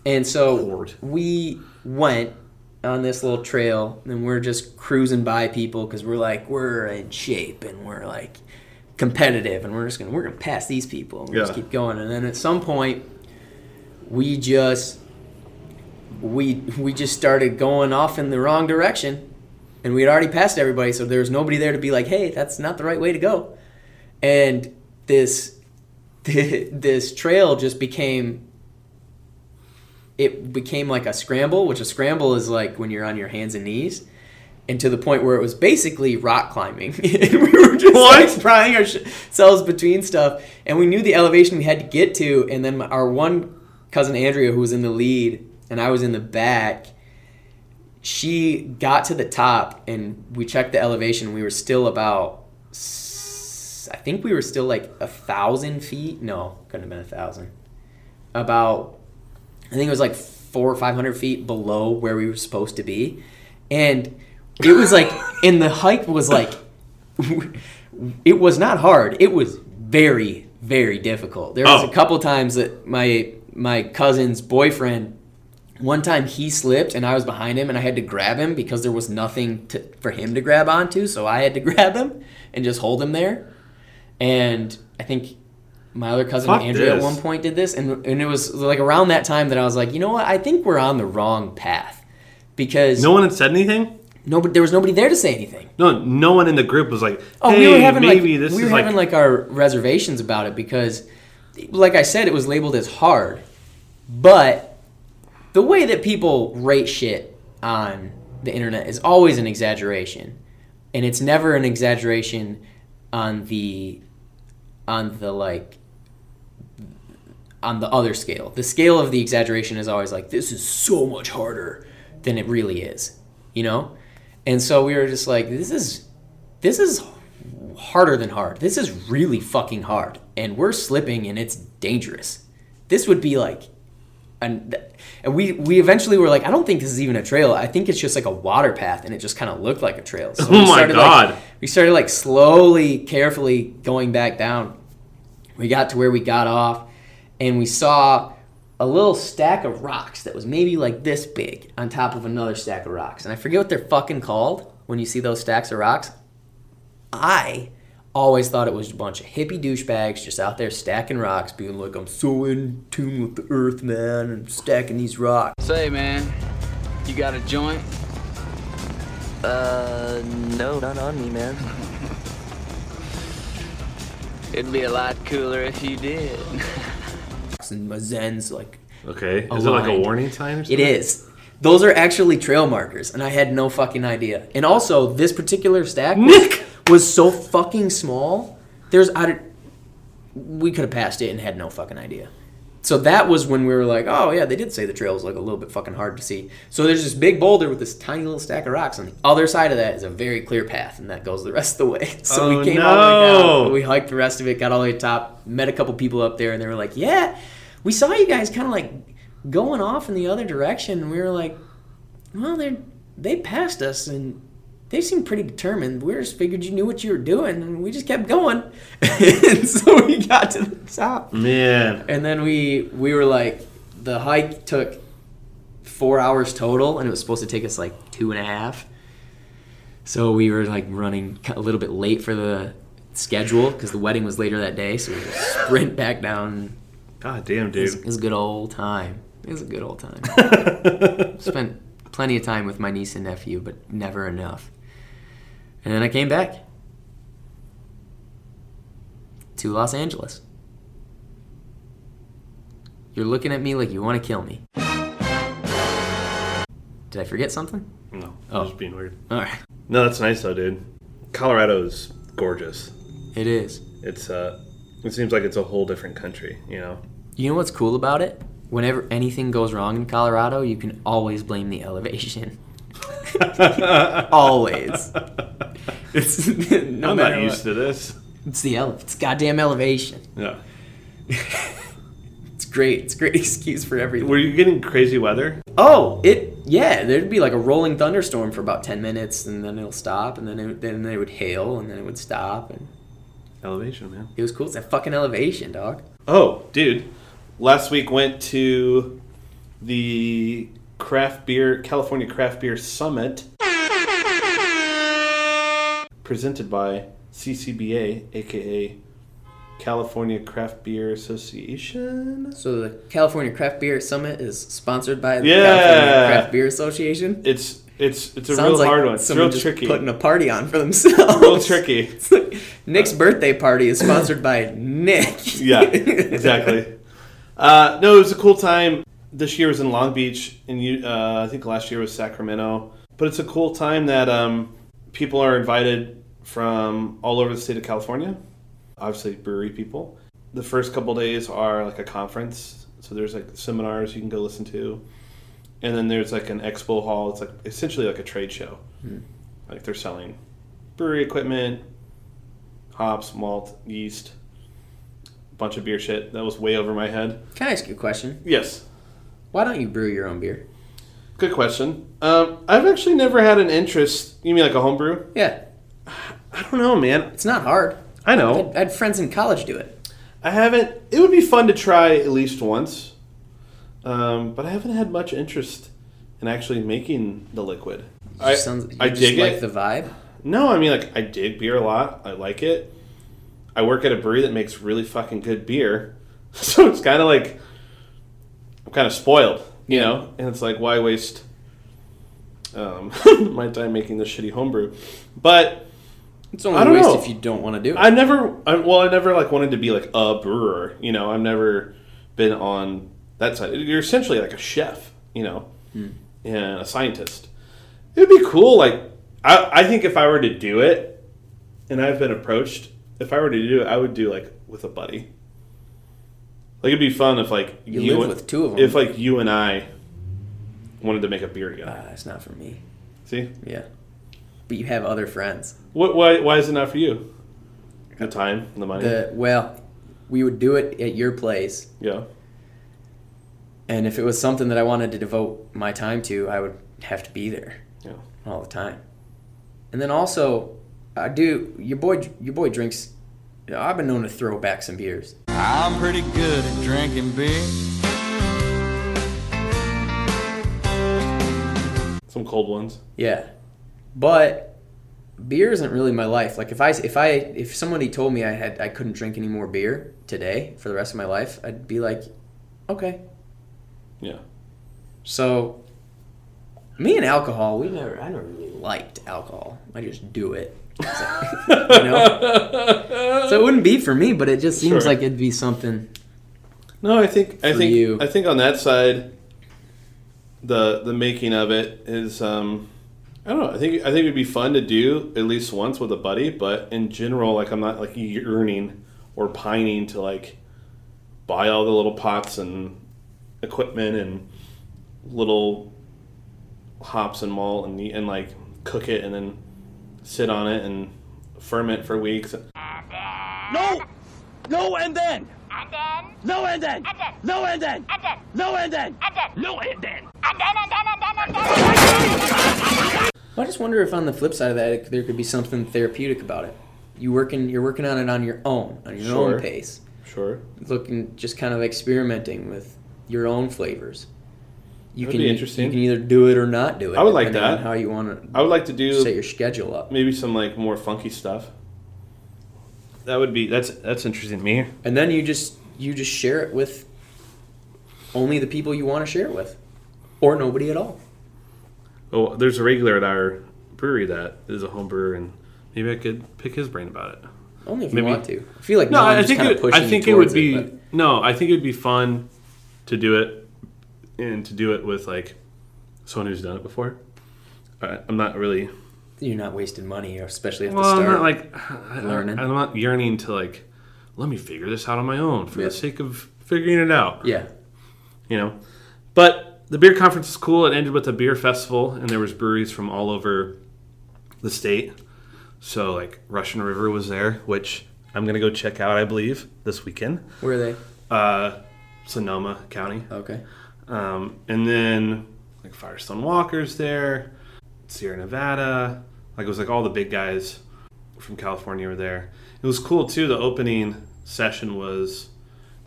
Speaker 1: and so
Speaker 2: Hard.
Speaker 1: we went on this little trail, and we're just cruising by people because we're like we're in shape and we're like competitive, and we're just gonna we're gonna pass these people and we just
Speaker 2: Yeah.
Speaker 1: keep going, and then at some point we just we we just started going off in the wrong direction and we had already passed everybody so there was nobody there to be like hey that's not the right way to go and this this trail just became it became like a scramble which a scramble is like when you're on your hands and knees and to the point where it was basically rock climbing and we were just like prying ourselves between stuff and we knew the elevation we had to get to and then our one cousin andrea who was in the lead and i was in the back she got to the top and we checked the elevation we were still about s- i think we were still like a thousand feet no couldn't have been a thousand about i think it was like four or five hundred feet below where we were supposed to be and it was like and the hike was like it was not hard it was very very difficult there was
Speaker 2: Oh.
Speaker 1: a couple times that my my cousin's boyfriend one time he slipped and I was behind him and I had to grab him because there was nothing to, for him to grab onto, so I had to grab him and just hold him there. And I think my other cousin
Speaker 2: Fuck
Speaker 1: Andrea at
Speaker 2: this.
Speaker 1: one point did this, and and it was like around that time that I was like, you know what, I think we're on the wrong path because
Speaker 2: No
Speaker 1: no,
Speaker 2: one had said anything?
Speaker 1: nobody, there was nobody there to say anything.
Speaker 2: No, no one in the group was like, "Hey,
Speaker 1: Oh, we were having
Speaker 2: maybe
Speaker 1: like
Speaker 2: this
Speaker 1: we were
Speaker 2: is
Speaker 1: having like our reservations about it because, like I said, it was labeled as hard, but the way that people rate shit on the internet is always an exaggeration, and it's never an exaggeration on the on the like on the other scale. The scale of the exaggeration is always like this is so much harder than it really is, you know? And so we were just like this is this is harder than hard. This is really fucking hard and we're slipping and it's dangerous. This would be like and and we we eventually were like I don't think this is even a trail. I think it's just like a water path and it just kind of looked like a trail. So
Speaker 2: Oh
Speaker 1: we
Speaker 2: my
Speaker 1: started,
Speaker 2: God.
Speaker 1: Like, we started like slowly carefully going back down we got to where we got off and we saw a little stack of rocks that was maybe like this big on top of another stack of rocks. And I forget what they're fucking called when you see those stacks of rocks. I always thought it was a bunch of hippie douchebags just out there stacking rocks, being like, I'm so in tune with the earth, man, and stacking these rocks.
Speaker 8: Say, man, you got a joint? Uh, no, not on me, man. It'd be a lot cooler if you did.
Speaker 1: And my Zen's like,
Speaker 2: okay, is it like a
Speaker 1: aligned.
Speaker 2: warning sign? Or
Speaker 1: It
Speaker 2: something?
Speaker 1: is. Those are actually trail markers, and I had no fucking idea. And also, this particular stack was-
Speaker 2: Nick!
Speaker 1: was so fucking small. There's I, don't- we could have passed it and had no fucking idea. So that was when we were like, oh yeah, they did say the trail was like a little bit fucking hard to see. So there's this big boulder with this tiny little stack of rocks. On the other side of that is a very clear path, and that goes the rest of the way. So
Speaker 2: Oh,
Speaker 1: we came all the way
Speaker 2: no.
Speaker 1: down. We hiked the rest of it, got all the way to the top, met a couple people up there, and they were like, yeah, we saw you guys kind of like going off in the other direction. And we were like, well, they they passed us and they seemed pretty determined. We just figured you knew what you were doing, and we just kept going. and so we got to the top,
Speaker 2: Man,
Speaker 1: and then we we were like, the hike took four hours total, and it was supposed to take us like two and a half. So we were like running a little bit late for the schedule because the wedding was later that day. So we just sprint back down.
Speaker 2: god damn,
Speaker 1: It was, it
Speaker 2: dude.
Speaker 1: was a good old time. It was a good old time
Speaker 2: oh
Speaker 1: spent plenty of time with my niece and nephew, but never enough. And then I came back to Los Angeles. You're looking at me like you want to kill me. Did I forget something?
Speaker 2: no,
Speaker 1: Oh.
Speaker 2: I'm just being weird.
Speaker 1: All right.
Speaker 2: No, that's nice though, dude. Colorado's gorgeous.
Speaker 1: It is.
Speaker 2: It's uh, it seems like it's a whole different country. You know,
Speaker 1: You know what's cool about it? Whenever anything goes wrong in Colorado, you can always blame the elevation. always. It's no
Speaker 2: I'm
Speaker 1: matter
Speaker 2: not used
Speaker 1: what.
Speaker 2: to this.
Speaker 1: It's the ele- it's goddamn elevation.
Speaker 2: Yeah.
Speaker 1: It's great. It's a great excuse for everything.
Speaker 2: Were you getting crazy weather?
Speaker 1: Oh, it yeah, there'd be like a rolling thunderstorm for about 10 minutes and then it'll stop and then it, then they would hail and then it would stop and
Speaker 2: Elevation, man.
Speaker 1: it was cool. It's that fucking elevation, dog.
Speaker 2: Oh, dude. Last week went to the craft beer California Craft Beer Summit presented by CCBA, aka California Craft Beer Association.
Speaker 1: So the California Craft Beer Summit is sponsored by the
Speaker 2: Yeah.
Speaker 1: California Craft Beer Association.
Speaker 2: It's it's it's a real hard one. It's
Speaker 1: someone
Speaker 2: real
Speaker 1: just
Speaker 2: tricky.
Speaker 1: putting a party on for themselves.
Speaker 2: real tricky.
Speaker 1: It's like Nick's birthday party is sponsored by Nick.
Speaker 2: Yeah, exactly. uh, no, it was a cool time. This year was in Long Beach, and you, uh, I think last year was Sacramento. But it's a cool time that um, people are invited from all over the state of California. Obviously, brewery people. The first couple days are like a conference, so there's like seminars you can go listen to, and then there's like an expo hall. It's like essentially like a trade show. Like they're selling brewery equipment, hops, malt, yeast, bunch of beer shit that was way over my head.
Speaker 1: Can I ask you a question?
Speaker 2: Yes,
Speaker 1: Why don't you brew your own beer?
Speaker 2: good question. Um, I've actually never had an interest. You mean like a homebrew?
Speaker 1: Yeah,
Speaker 2: I don't know, man.
Speaker 1: it's not hard.
Speaker 2: I
Speaker 1: I
Speaker 2: know.
Speaker 1: had friends in college do it.
Speaker 2: I haven't. It would be fun to try at least once, um, but I haven't had much interest in actually making the liquid. I,
Speaker 1: Sounds, you
Speaker 2: I
Speaker 1: just
Speaker 2: dig
Speaker 1: like
Speaker 2: it.
Speaker 1: the vibe.
Speaker 2: No, I mean like I dig beer a lot. I like it. I work at a brewery that makes really fucking good beer, so it's kind of like I'm kind of spoiled, you know. And it's like why waste um, my time making this shitty homebrew? But
Speaker 1: It's only
Speaker 2: I don't
Speaker 1: waste
Speaker 2: know.
Speaker 1: if you don't want to do it.
Speaker 2: I never, I, well, I never like wanted to be like a brewer, you know. I've never been on that side. You're essentially like a chef, you know,
Speaker 1: Hmm.
Speaker 2: and a scientist. It would be cool. Like, I, I think if I were to do it, and I've been approached, if I were to do it, I would do like with a buddy. Like it'd be fun if like
Speaker 1: You live
Speaker 2: and-
Speaker 1: with two of 'em.
Speaker 2: If like you and I wanted to make a beer together,
Speaker 1: Ah, it's not for me.
Speaker 2: see
Speaker 1: Yeah. But you have other friends.
Speaker 2: what? Why? Why is it not for you? The time, and the money.
Speaker 1: The well, we would do it at your place,
Speaker 2: yeah.
Speaker 1: and if it was something that I wanted to devote my time to, I would have to be there
Speaker 2: Yeah.
Speaker 1: all the time. And then also, I do your boy your boy drinks. I've been known to throw back some beers.
Speaker 6: I'm pretty good at drinking beer.
Speaker 2: Some cold ones.
Speaker 1: Yeah, but beer isn't really my life. Like if I if I if somebody told me I had I couldn't drink any more beer today for the rest of my life, I'd be like, okay.
Speaker 2: Yeah.
Speaker 1: So me and alcohol, we never I never really liked alcohol. I just do it. So, you know? So it wouldn't be for me, but it just seems
Speaker 2: Sure.
Speaker 1: like it'd be something.
Speaker 2: No, I think I
Speaker 1: For
Speaker 2: think
Speaker 1: you.
Speaker 2: I think on that side, the the making of it is um, I don't know. I think I think it'd be fun to do at least once with a buddy, but in general, like I'm not like yearning or pining to like buy all the little pots and equipment and little hops and malt and and like cook it and then sit on it and ferment for weeks.
Speaker 5: No! No and then! No and then! No and then! No and then! No and then!
Speaker 1: I just wonder if on the flip side of that, it, there could be something therapeutic about it. You working, you're working on it on your own, on your
Speaker 2: Sure.
Speaker 1: own pace,
Speaker 2: Sure.
Speaker 1: looking, just kind of experimenting with your own flavors. You
Speaker 2: That'd
Speaker 1: can
Speaker 2: be
Speaker 1: e-
Speaker 2: interesting.
Speaker 1: You can either do it or not do it.
Speaker 2: I would like
Speaker 1: depending on
Speaker 2: that.
Speaker 1: how you want
Speaker 2: I would like to do
Speaker 1: to set your schedule up.
Speaker 2: maybe some like more funky stuff. That would be that's that's interesting to me.
Speaker 1: and then you just you just share it with only the people you want to share it with or nobody at all
Speaker 2: Oh, there's a regular at our brewery that is a home brewer, and maybe I could pick his brain about it.
Speaker 1: only if
Speaker 2: Maybe-
Speaker 1: you want to i feel like
Speaker 2: No,
Speaker 1: now I'm
Speaker 2: I
Speaker 1: just
Speaker 2: think
Speaker 1: kinda
Speaker 2: it,
Speaker 1: pushing
Speaker 2: I
Speaker 1: you
Speaker 2: think it would
Speaker 1: towards
Speaker 2: be
Speaker 1: but
Speaker 2: no, I think it would be fun to do it and to do it with like someone who's done it before. I- I'm not really
Speaker 1: you're not wasting money especially at the
Speaker 2: well.
Speaker 1: start
Speaker 2: I'm not like I-
Speaker 1: learning.
Speaker 2: I'm not yearning to like let me figure this out on my own for
Speaker 1: Yeah.
Speaker 2: the sake of figuring it out.
Speaker 1: yeah
Speaker 2: you know. But the beer conference is cool. It ended with a beer festival, and there was breweries from all over the state. So like Russian River was there, which I'm gonna go check out. I believe this weekend,
Speaker 1: Where are they?
Speaker 2: uh, Sonoma County,
Speaker 1: Okay.
Speaker 2: um, and then like Firestone Walkers there, Sierra Nevada. Like it was like all the big guys from California were there. It was cool too. The opening session was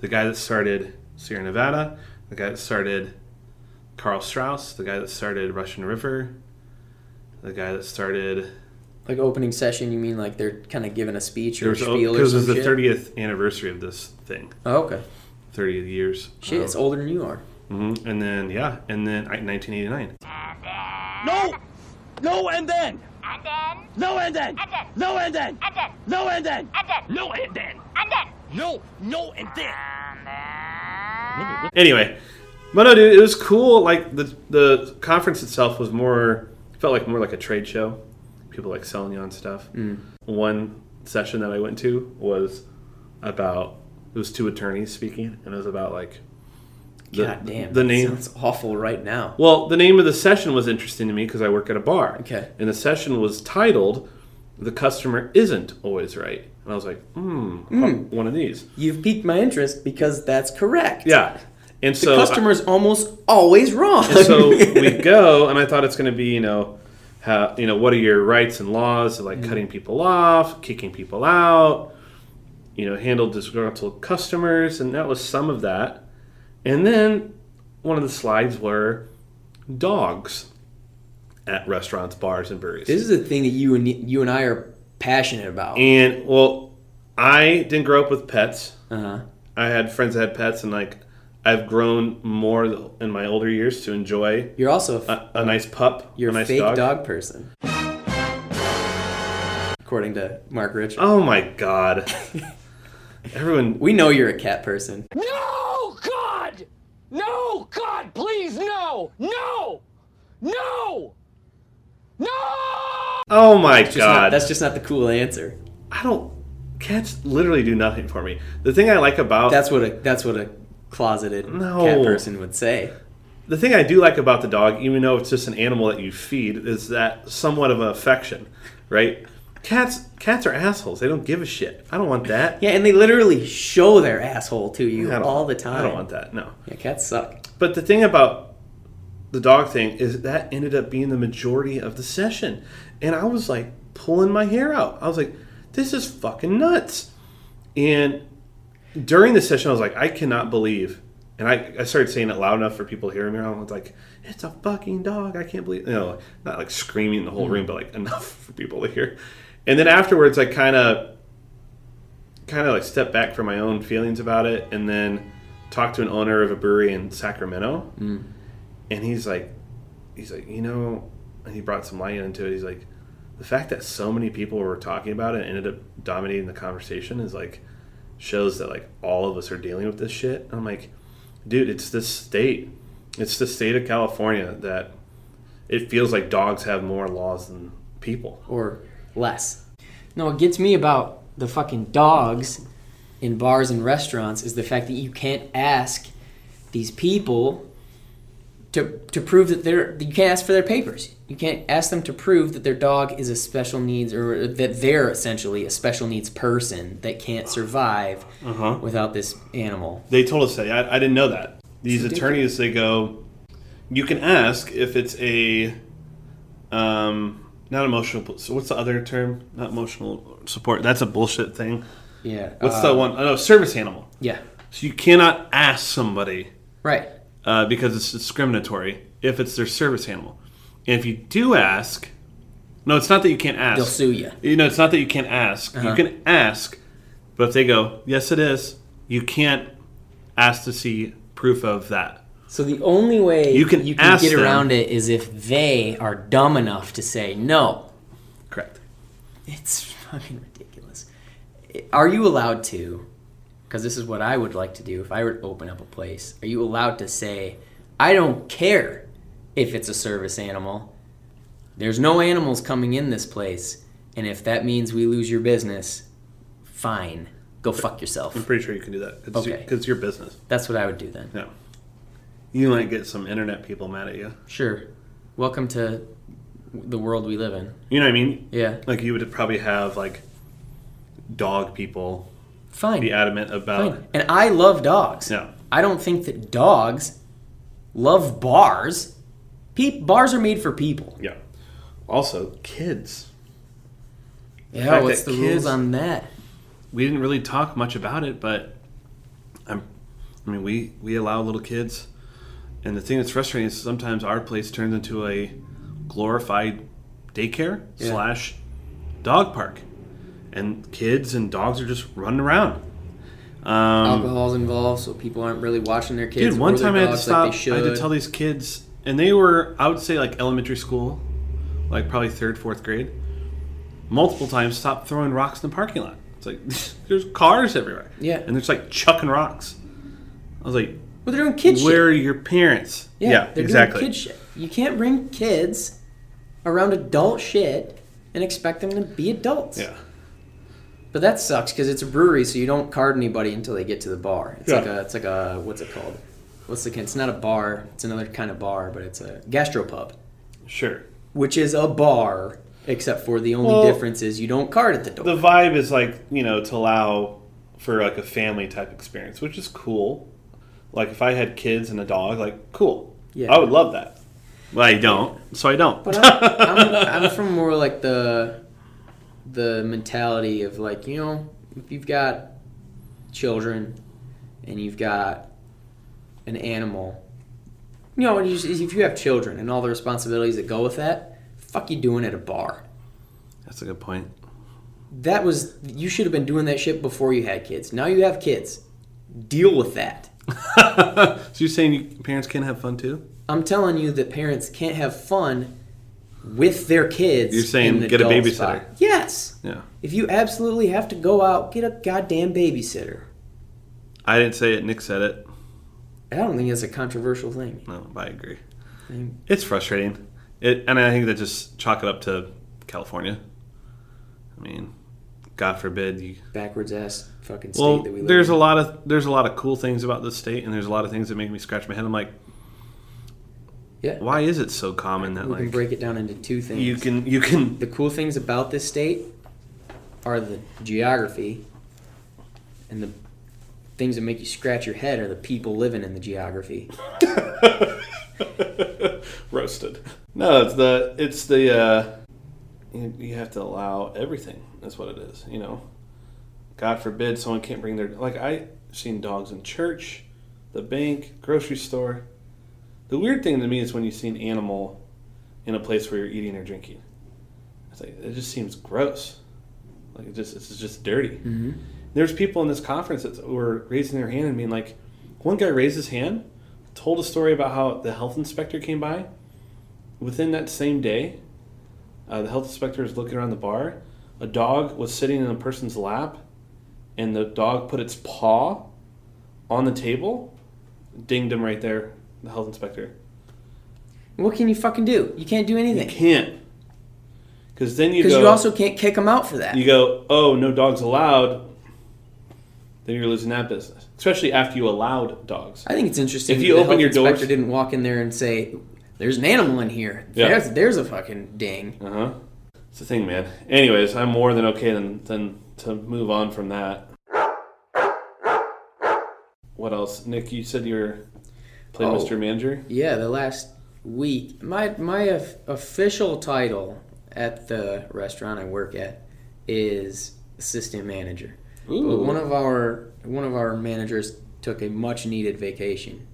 Speaker 2: the guy that started Sierra Nevada, the guy that started Carl Strauss, the guy that started Russian River, the guy that started
Speaker 1: Like opening session, you mean like they're kind of giving a speech or
Speaker 2: there was o-
Speaker 1: spiel or
Speaker 2: because it
Speaker 1: some
Speaker 2: was the
Speaker 1: shit?
Speaker 2: 30th anniversary of this thing,
Speaker 1: Oh, okay.
Speaker 2: 30 years.
Speaker 1: Shit, it's older than you are.
Speaker 2: hmm And then yeah, and then I- 1989.
Speaker 5: No! No and then! And then? No and then! And then! No and then! And then! No and then! And then! No and then! And then! No, no and then!
Speaker 2: Anyway, but no, dude, it was cool. Like the the conference itself was more felt like more like a trade show. People like selling you on stuff.
Speaker 1: Mm.
Speaker 2: One session that I went to was about it was two attorneys speaking, and it was about like the,
Speaker 1: God damn.
Speaker 2: the
Speaker 1: that
Speaker 2: name.
Speaker 1: sounds awful right now.
Speaker 2: Well, the name of the session was interesting to me because I work at a bar.
Speaker 1: Okay.
Speaker 2: And the session was titled "The Customer Isn't Always Right," and I was like, hmm, I'll have one of these.
Speaker 1: You've piqued my interest because that's correct.
Speaker 2: Yeah. And
Speaker 1: The
Speaker 2: so I-
Speaker 1: customer's almost always wrong.
Speaker 2: And so we go, and I thought it's going to be, you know, how, you know, what are your rights and laws, like
Speaker 1: Mm-hmm.
Speaker 2: cutting people off, kicking people out, you know, handle disgruntled customers, and that was some of that. And then one of the slides were dogs at restaurants, bars, and breweries.
Speaker 1: this is a thing that you and you and I are passionate about.
Speaker 2: and well, I didn't grow up with pets.
Speaker 1: Uh-huh.
Speaker 2: I had friends that had pets, and like I've grown more in my older years to enjoy
Speaker 1: You're also a f-
Speaker 2: a, a nice pup,
Speaker 1: you're
Speaker 2: a
Speaker 1: a
Speaker 2: nice
Speaker 1: fake dog. person, according to Mark Rich.
Speaker 2: Oh my god. Everyone,
Speaker 1: We know you're a cat person.
Speaker 5: No, God! No, God, please, no! No! No! No!
Speaker 2: oh my
Speaker 1: Just not-
Speaker 2: god.
Speaker 1: that's just not the cool answer.
Speaker 2: I don't. Cats literally do nothing for me. The thing I like about
Speaker 1: That's what a that's what a closeted
Speaker 2: No.
Speaker 1: cat person would say.
Speaker 2: the thing I do like about the dog, even though it's just an animal that you feed, is that somewhat of an affection, right? Cats, cats are assholes. They don't give a shit. I don't want that.
Speaker 1: Yeah, and they literally show their asshole to you
Speaker 2: I don't-
Speaker 1: all the time.
Speaker 2: I don't want that. No.
Speaker 1: Yeah, cats suck.
Speaker 2: But the thing about the dog thing is that ended up being the majority of the session. And I was like pulling my hair out. I was like, this is fucking nuts. And during the session, I was like, I cannot believe. And I, I started saying it loud enough for people hearing me. I was like, it's a fucking dog. I can't believe, you know, not like screaming the whole room, but like enough for people to hear. And then afterwards, I kind of kind of like stepped back from my own feelings about it and then talked to an owner of a brewery in Sacramento. And he's like, he's like, you know, and he brought some light into it. He's like, the fact that so many people were talking about it and ended up dominating the conversation is like, shows that like all of us are dealing with this shit. And I'm like, dude, it's this state. It's the state of California that it feels like dogs have more laws than people.
Speaker 1: Or less. No, what gets me about the fucking dogs in bars and restaurants is the fact that you can't ask these people to to prove that they're you can't ask for their papers. You can't ask them to prove that their dog is a special needs or that they're essentially a special needs person that can't survive
Speaker 2: Uh-huh.
Speaker 1: without this animal.
Speaker 2: They told us that. I, I didn't know that. These
Speaker 1: It's
Speaker 2: attorneys, they go, you can ask if it's a, um, not emotional. So what's the other term? Not emotional support. That's a bullshit thing.
Speaker 1: Yeah.
Speaker 2: What's
Speaker 1: uh,
Speaker 2: the one? Oh, no, service animal.
Speaker 1: Yeah.
Speaker 2: So you cannot ask somebody
Speaker 1: Right.
Speaker 2: uh, because it's discriminatory if it's their service animal. And if you do ask, no, it's not that you can't ask.
Speaker 1: They'll sue you.
Speaker 2: You know, it's not that you can't ask.
Speaker 1: Uh-huh.
Speaker 2: You can ask, but if they go, yes, it is, you can't ask to see proof of that.
Speaker 1: So the only way
Speaker 2: You can ask
Speaker 1: get
Speaker 2: them.
Speaker 1: around it is if they are dumb enough to say no.
Speaker 2: Correct.
Speaker 1: It's fucking ridiculous. Are you allowed to? Because this is what I would like to do if I were to open up a place. Are you allowed to say, I don't care if it's a service animal? There's no animals coming in this place, and if that means we lose your business, fine. Go fuck
Speaker 2: I'm
Speaker 1: yourself.
Speaker 2: pretty sure you can do that. It's
Speaker 1: Okay.
Speaker 2: Because your business.
Speaker 1: That's what I would do then.
Speaker 2: No. You might get some internet people mad at you.
Speaker 1: Sure. Welcome to the world we live in.
Speaker 2: You know what I mean?
Speaker 1: Yeah.
Speaker 2: Like you would probably have like dog people
Speaker 1: Fine.
Speaker 2: be adamant about.
Speaker 1: Fine. And I love dogs.
Speaker 2: Yeah.
Speaker 1: I don't think that dogs love bars. Pe- bars are made for people.
Speaker 2: Yeah. Also, kids.
Speaker 1: Yeah,
Speaker 2: fact
Speaker 1: what's the
Speaker 2: that
Speaker 1: rules
Speaker 2: kids-
Speaker 1: on that?
Speaker 2: We didn't really talk much about it, but I'm. I mean, we we allow little kids, and the thing that's frustrating is sometimes our place turns into a glorified daycare
Speaker 1: Yeah.
Speaker 2: slash dog park, and kids and dogs are just running around. Um,
Speaker 1: Alcohol's involved, so people aren't really watching their kids.
Speaker 2: Dude, one
Speaker 1: or their
Speaker 2: time I had to
Speaker 1: dogs
Speaker 2: stop.
Speaker 1: Like they should.
Speaker 2: I had to tell these kids, and they were, I would say, like elementary school, like probably third, fourth grade. Multiple times, stop throwing rocks in the parking lot. It's like there's cars everywhere.
Speaker 1: Yeah.
Speaker 2: and they're just like chucking rocks. I was like,
Speaker 1: Well, they're doing kid
Speaker 2: "Where
Speaker 1: shit.
Speaker 2: are your parents?"
Speaker 1: Yeah, they're
Speaker 2: exactly.
Speaker 1: Doing kid shit. You can't bring kids around adult shit and expect them to be adults.
Speaker 2: Yeah,
Speaker 1: But that sucks because it's a brewery, so you don't card anybody until they get to the bar. It's
Speaker 2: Yeah.
Speaker 1: like a, it's like a, what's it called? What's the? It's not a bar. It's another kind of bar, but it's a gastropub,
Speaker 2: sure.
Speaker 1: which is a bar, except for the only
Speaker 2: Well,
Speaker 1: difference is you don't card at the door.
Speaker 2: The vibe is like you know to allow for like a family type experience, which is cool. Like if I had kids and a dog, like cool.
Speaker 1: Yeah.
Speaker 2: I would love that. Well, I don't, so I don't.
Speaker 1: But I'm, I'm, I'm from more like the the mentality of like you know if you've got children and you've got an animal, you know and you, if you have children and all the responsibilities that go with that, fuck you doing at a bar.
Speaker 2: That's a good point.
Speaker 1: That was you should have been doing that shit before you had kids. Now you have kids, deal with that.
Speaker 2: so you're saying you, parents can have fun too?
Speaker 1: I'm telling you that parents can't have fun with their kids.
Speaker 2: You're saying
Speaker 1: in the
Speaker 2: get a
Speaker 1: adult
Speaker 2: babysitter.
Speaker 1: spot. Yes.
Speaker 2: Yeah.
Speaker 1: If you absolutely have to go out, get a goddamn babysitter.
Speaker 2: I didn't say it. Nick said it.
Speaker 1: I don't think that's a controversial thing.
Speaker 2: No, but I agree.
Speaker 1: Mm.
Speaker 2: It's frustrating. It, and I think that just chalk it up to California. I mean, God forbid you.
Speaker 1: Backwards ass fucking state
Speaker 2: Well,
Speaker 1: that we live
Speaker 2: there's
Speaker 1: in.
Speaker 2: a lot of there's a lot of cool things about this state, and there's a lot of things that make me scratch my head. I'm like,
Speaker 1: yeah.
Speaker 2: why is it so common that
Speaker 1: we can
Speaker 2: like
Speaker 1: break it down into two things.
Speaker 2: you can you can
Speaker 1: the cool things about this state are the geography, and the things that make you scratch your head are the people living in the geography.
Speaker 2: roasted? No, it's the it's the uh, you, you have to allow everything. That's what it is. You know, God forbid someone can't bring their like I seen dogs in church, the bank, grocery store. The weird thing to me is when you see an animal in a place where you're eating or drinking. It's like it just seems gross. Like it just it's just dirty. Mm-hmm. There's people in this conference that were raising their hand and being like, one guy raised his hand, told a story about how the health inspector came by. Within that same day, uh, the health inspector was looking around the bar. A dog was sitting in a person's lap, and the dog put its paw on the table, dinged him right there. The health inspector.
Speaker 1: What can you fucking do? You can't do
Speaker 2: You
Speaker 1: anything
Speaker 2: can't, because then you
Speaker 1: because
Speaker 2: go.
Speaker 1: you also can't kick them out for that.
Speaker 2: you go, oh, no dogs allowed. Then you're losing that business, especially after you allowed dogs.
Speaker 1: I think it's interesting.
Speaker 2: If
Speaker 1: that
Speaker 2: you
Speaker 1: the
Speaker 2: open
Speaker 1: health
Speaker 2: your
Speaker 1: inspector
Speaker 2: doors-
Speaker 1: didn't walk in there and say, "There's an animal in here.
Speaker 2: Yeah.
Speaker 1: There's there's a fucking ding."
Speaker 2: Uh huh. It's the thing, man. Anyways, I'm more than okay than than to move on from that. What else, Nick? You said you were playing
Speaker 1: Oh.
Speaker 2: Mr. Manager.
Speaker 1: Yeah, the last week, my my of- official title at the restaurant I work at is assistant manager. But one of our one of our managers took a much needed vacation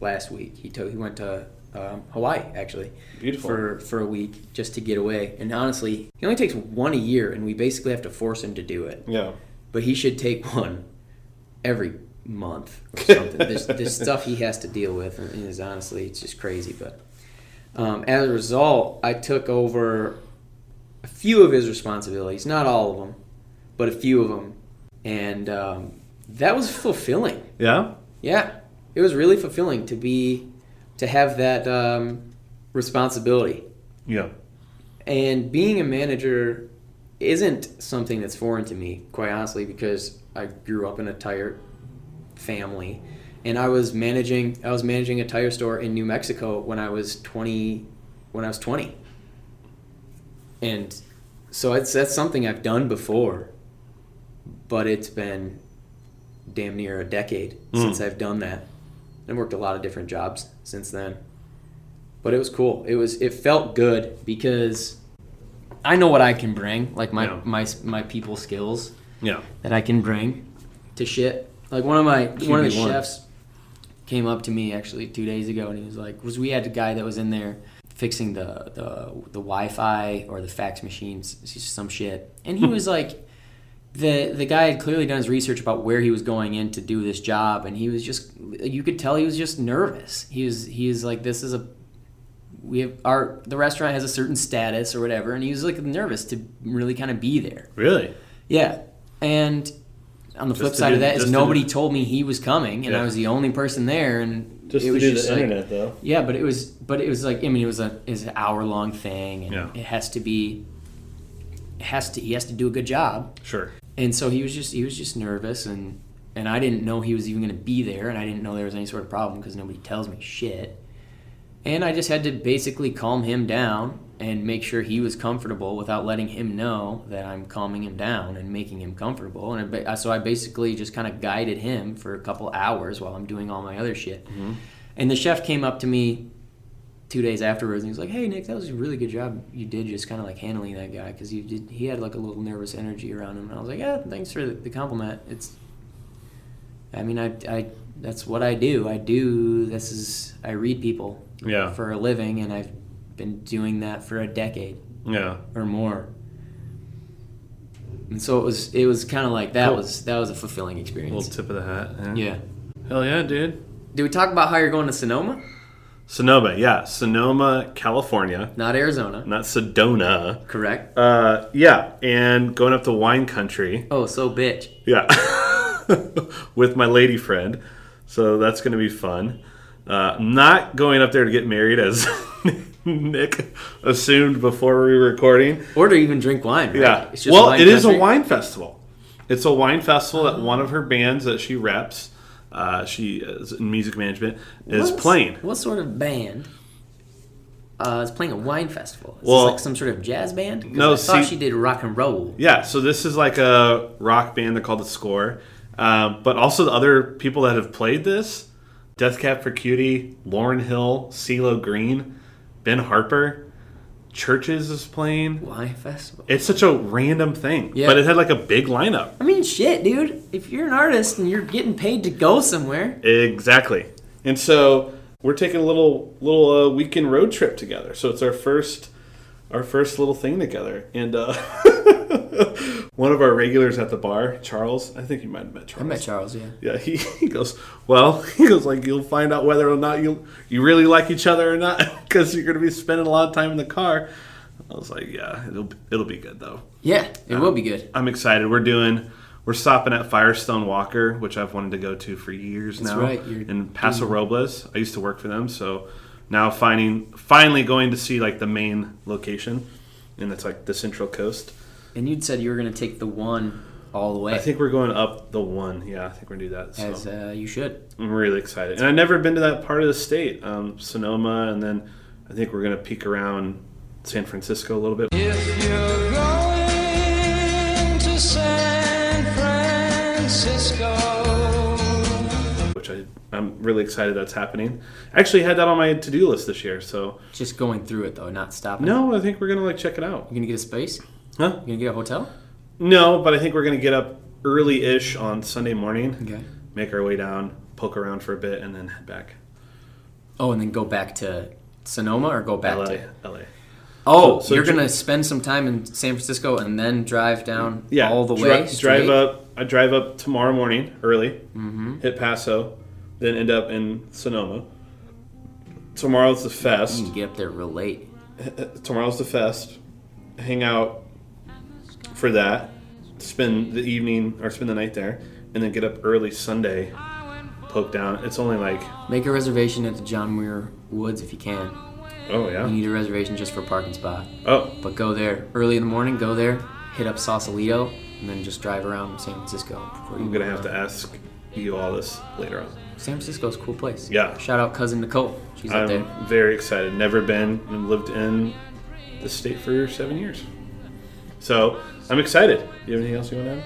Speaker 1: last week. He took he went to um, Hawaii actually
Speaker 2: Beautiful.
Speaker 1: for for a week just to get away. And honestly, he only takes one a year, and we basically have to force him to do it.
Speaker 2: Yeah.
Speaker 1: but he should take one every month or something. there's, there's stuff he has to deal with, and is honestly, it's just crazy. But um, as a result, I took over a few of his responsibilities, not all of them, but a few of them, and um, that was fulfilling.
Speaker 2: Yeah.
Speaker 1: Yeah, it was really fulfilling to be to have that um, responsibility
Speaker 2: Yeah.
Speaker 1: and being a manager isn't something that's foreign to me, quite honestly, because I grew up in a tire family, and I was managing I was managing a tire store in New Mexico when I was twenty when I was twenty. And so it's that's something I've done before, but it's been damn near a decade since I've done that. I worked a lot of different jobs since then. But it was cool. It was it felt good because I know what I can bring, like my
Speaker 2: Yeah.
Speaker 1: my my people skills
Speaker 2: Yeah.
Speaker 1: that I can bring to shit. Like one of my one of the
Speaker 2: QB1.
Speaker 1: chefs came up to me actually two days ago, and he was like, "Was we had a guy that was in there fixing the the the Wi-Fi or the fax machines, some shit," and he was like. The, the guy had clearly done his research about where he was going in to do this job, and he was just you could tell he was just nervous. He was he was like this is a we have our the restaurant has a certain status or whatever, and he was like nervous to really kind of be there.
Speaker 2: Really?
Speaker 1: Yeah. And on the flip
Speaker 2: to
Speaker 1: side
Speaker 2: do-
Speaker 1: of that
Speaker 2: just
Speaker 1: is
Speaker 2: to
Speaker 1: nobody
Speaker 2: do-
Speaker 1: told me he was coming and I
Speaker 2: Yeah.
Speaker 1: was the only person there and
Speaker 9: Just
Speaker 1: it
Speaker 9: to
Speaker 1: was
Speaker 9: do
Speaker 1: just
Speaker 9: the
Speaker 1: like,
Speaker 9: internet, though.
Speaker 1: Yeah, but it was but it was like I mean it was a is an hour long thing and
Speaker 2: Yeah.
Speaker 1: it has to be it has to he has to do a good job.
Speaker 2: Sure.
Speaker 1: And so he was just he was just nervous and and I didn't know he was even going to be there and I didn't know there was any sort of problem because nobody tells me shit. And I just had to basically calm him down and make sure he was comfortable without letting him know that I'm calming him down and making him comfortable. And I, ba- so I basically just kind of guided him for a couple hours while I'm doing all my other shit. And the chef came up to me two days afterwards and he was like, "Hey Nick, that was a really good job you did just kind of like handling that guy because you did he had like a little nervous energy around him." And I was like, "Yeah, thanks for the, the compliment. It's, I mean, I, I that's what I do. I do this is I read people
Speaker 2: Yeah.
Speaker 1: for a living, and I've been doing that for a decade
Speaker 2: Yeah.
Speaker 1: or more. And so it was it was kind of like that was that was a fulfilling
Speaker 2: Little
Speaker 1: experience.
Speaker 2: tip of the hat.
Speaker 1: yeah.
Speaker 2: Hell yeah, dude.
Speaker 1: Did we talk about how you're going to Sonoma?
Speaker 2: Sonoma, yeah. Sonoma, California.
Speaker 1: Not Arizona,
Speaker 2: Not Sedona.
Speaker 1: correct?
Speaker 2: Uh, yeah, and going up to wine country.
Speaker 1: Oh, so bitch.
Speaker 2: Yeah. With my lady friend. So that's going to be fun. Uh, not going up there to get married, as Nick assumed before we were recording.
Speaker 1: Or to even drink wine. Right?
Speaker 2: Yeah.
Speaker 1: It's just
Speaker 2: Well,
Speaker 1: wine
Speaker 2: it is a
Speaker 1: country.
Speaker 2: wine festival. It's a wine festival that one of her bands that she reps, uh, she is in music management, is
Speaker 1: What-
Speaker 2: playing.
Speaker 1: What sort of band uh, is playing a wine festival? Is
Speaker 2: Well-
Speaker 1: this like some sort of jazz band? 'Cause
Speaker 2: No,
Speaker 1: I thought
Speaker 2: see-
Speaker 1: she did rock and roll.
Speaker 2: Yeah, so this is like a rock band. They're called The Score. Um, but also the other people that have played this Death Cab for Cutie, Lauren Hill, CeeLo Green, Ben Harper, Churches is playing.
Speaker 1: Wine festival.
Speaker 2: It's such a random thing,
Speaker 1: Yeah.
Speaker 2: but it had like a big lineup.
Speaker 1: I mean, shit, dude. If you're an artist and you're getting paid to go somewhere,
Speaker 2: Exactly. And so we're taking a little little uh, weekend road trip together. So it's our first our first little thing together. And uh, one of our regulars at the bar, Charles. I think you might have met Charles.
Speaker 1: I met Charles. Yeah.
Speaker 2: Yeah, he, he goes, well, he goes like you'll find out whether or not you you really like each other or not because you're gonna be spending a lot of time in the car. I was like, yeah, it'll it'll be good though.
Speaker 1: Yeah, it will be good.
Speaker 2: I'm excited. We're doing we're stopping at Firestone Walker, which I've wanted to go to for years now.
Speaker 1: right, you're-
Speaker 2: in Paso Robles. I used to work for them, so now finding finally going to see like the main location, and it's like the Central Coast.
Speaker 1: And you'd said you were gonna take the one all the way.
Speaker 2: I think we're going up the one. Yeah, I think we're gonna do that. So.
Speaker 1: as uh, you should.
Speaker 2: I'm really excited, and I've never been to that part of the state, um, Sonoma, and then I think we're gonna peek around San Francisco a little bit.
Speaker 6: If you're going to San Francisco.
Speaker 2: which I, I'm really excited that's happening. I actually had that on my to do list this year, so
Speaker 1: Just going through it though, not stopping.
Speaker 2: no, I think we're gonna like check it out.
Speaker 1: You gonna get a space? You
Speaker 2: Huh?
Speaker 1: gonna get a hotel?
Speaker 2: No, but I think we're gonna get up early ish on Sunday morning,
Speaker 1: Okay.
Speaker 2: make our way down, poke around for a bit, and then head back.
Speaker 1: Oh, and then go back to Sonoma or go back
Speaker 2: LA,
Speaker 1: to
Speaker 2: LA.
Speaker 1: Oh,
Speaker 2: So- so
Speaker 1: you're
Speaker 2: dri-
Speaker 1: gonna spend some time in San Francisco and then drive down
Speaker 2: Yeah,
Speaker 1: all the
Speaker 2: dri-
Speaker 1: way. straight? Mm-hmm.
Speaker 2: drive up. I drive up tomorrow morning early, hit Paso, then end up in Sonoma. Tomorrow's the fest. Uh,
Speaker 1: You can get up there real late.
Speaker 2: tomorrow's the fest. Hang out for that. Spend the evening or spend the night there, and then get up early Sunday. Poke down. It's only like
Speaker 1: Make a reservation at the John Muir Woods if you can.
Speaker 2: oh
Speaker 1: You
Speaker 2: yeah
Speaker 1: need a reservation just for a parking spot.
Speaker 2: oh
Speaker 1: But go there early in the morning. Go there, hit up Sausalito, and then just drive around San Francisco. Before you
Speaker 2: I'm gonna have to ask you all this later on.
Speaker 1: San Francisco's a cool place.
Speaker 2: Yeah.
Speaker 1: Shout out cousin Nicole. She's up there.
Speaker 2: I'm very excited. Never been and lived in this state for seven years. So I'm excited. You have anything else you want to add?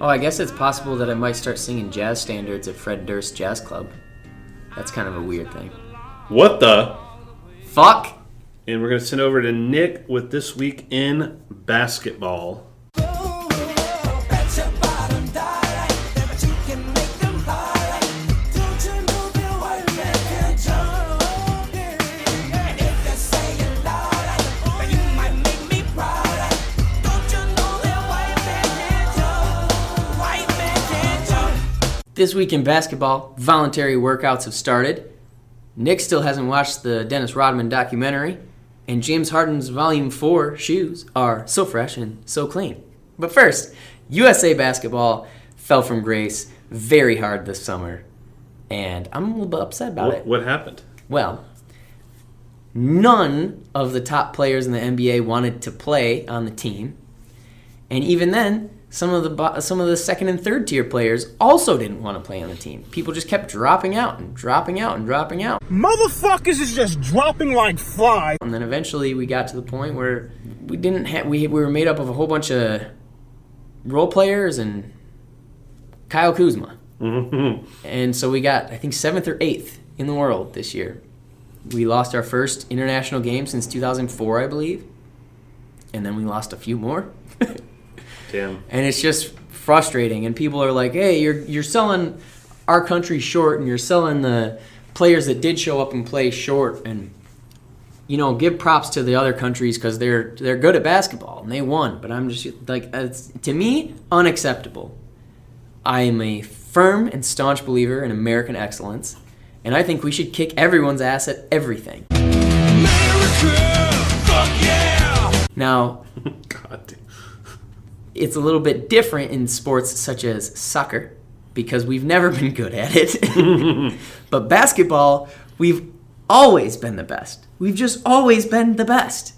Speaker 1: Oh, I guess it's possible that I might start singing jazz standards at Fred Durst Jazz Club. That's kind of a weird thing.
Speaker 2: What the?
Speaker 1: Fuck!
Speaker 2: And we're going to send over to Nick with this week in basketball.
Speaker 1: This week in basketball, voluntary workouts have started. Nick still hasn't watched the Dennis Rodman documentary, and James Harden's Volume 4 shoes are so fresh and so clean. But first, USA basketball fell from grace very hard this summer, and I'm a little bit upset about
Speaker 2: What,
Speaker 1: it.
Speaker 2: what happened?
Speaker 1: Well, none of the top players in the NBA wanted to play on the team, and even then, some of the bo- some of the second and third tier players also didn't want to play on the team. People just kept dropping out and dropping out and dropping out,
Speaker 5: Motherfuckers is just dropping like flies.
Speaker 1: and then eventually we got to the point where we didn't ha- we we were made up of a whole bunch of role players and Kyle Kuzma, and so we got I think seventh or eighth in the world this year. We lost our first international game since 2004, I believe, and then we lost a few more.
Speaker 2: Damn.
Speaker 1: and it's just frustrating. And people are like, "Hey, you're you're selling our country short, and you're selling the players that did show up and play short." And you know, give props to the other countries because they're they're good at basketball and they won. But I'm just like, it's, to me, unacceptable. I am a firm and staunch believer in American excellence, and I think we should kick everyone's ass at everything. Now,
Speaker 2: God damn.
Speaker 1: it's a little bit different in sports such as soccer because we've never been good at it. but basketball, we've always been the best. We've just always been the best.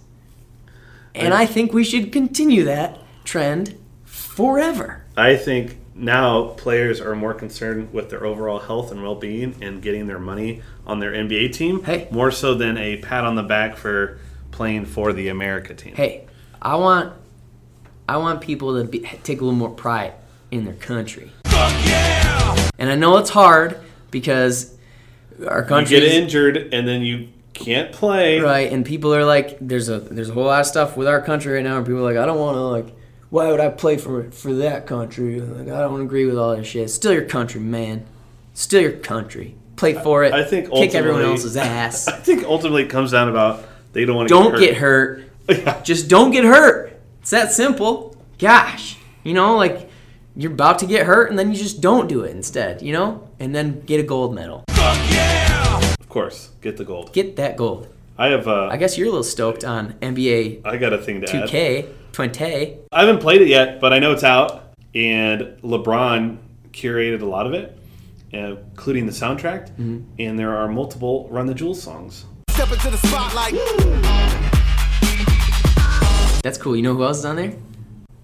Speaker 1: And I think we should continue that trend forever.
Speaker 2: I think now players are more concerned with their overall health and well-being and getting their money on their NBA team,
Speaker 1: Hey.
Speaker 2: more so than a pat on the back for playing for the America team.
Speaker 1: Hey, I want I want people to be, take a little more pride in their country. And I know it's hard because our
Speaker 2: you
Speaker 1: country
Speaker 2: get injured and then you can't play.
Speaker 1: right and people are like there's a there's a whole lot of stuff with our country right now and people are like i don't want to like why would i play for for that country like i don't agree with all this shit It's still your country man It's still your country play for it
Speaker 2: I think
Speaker 1: kick everyone
Speaker 2: ultimately-
Speaker 1: else's ass
Speaker 2: I think ultimately it comes down about they don't want to
Speaker 1: don't
Speaker 2: get
Speaker 1: get hurt
Speaker 2: hurt. Yeah.
Speaker 1: just don't get hurt it's that simple gosh you know like you're about to get hurt and then you just don't do it instead you know and then get a gold medal
Speaker 2: Of course, get the gold.
Speaker 1: get that gold
Speaker 2: I have uh,
Speaker 1: i
Speaker 2: I,
Speaker 1: guess you're a little stoked on nba
Speaker 2: got a thing to add.
Speaker 1: 2k 20
Speaker 2: I haven't played it yet, but I know it's out. And LeBron curated a lot of it, uh, including the soundtrack.
Speaker 1: Mm-hmm.
Speaker 2: And there are multiple Run the Jewels songs.
Speaker 9: Step into the spotlight.
Speaker 1: That's cool. You know who else is on there?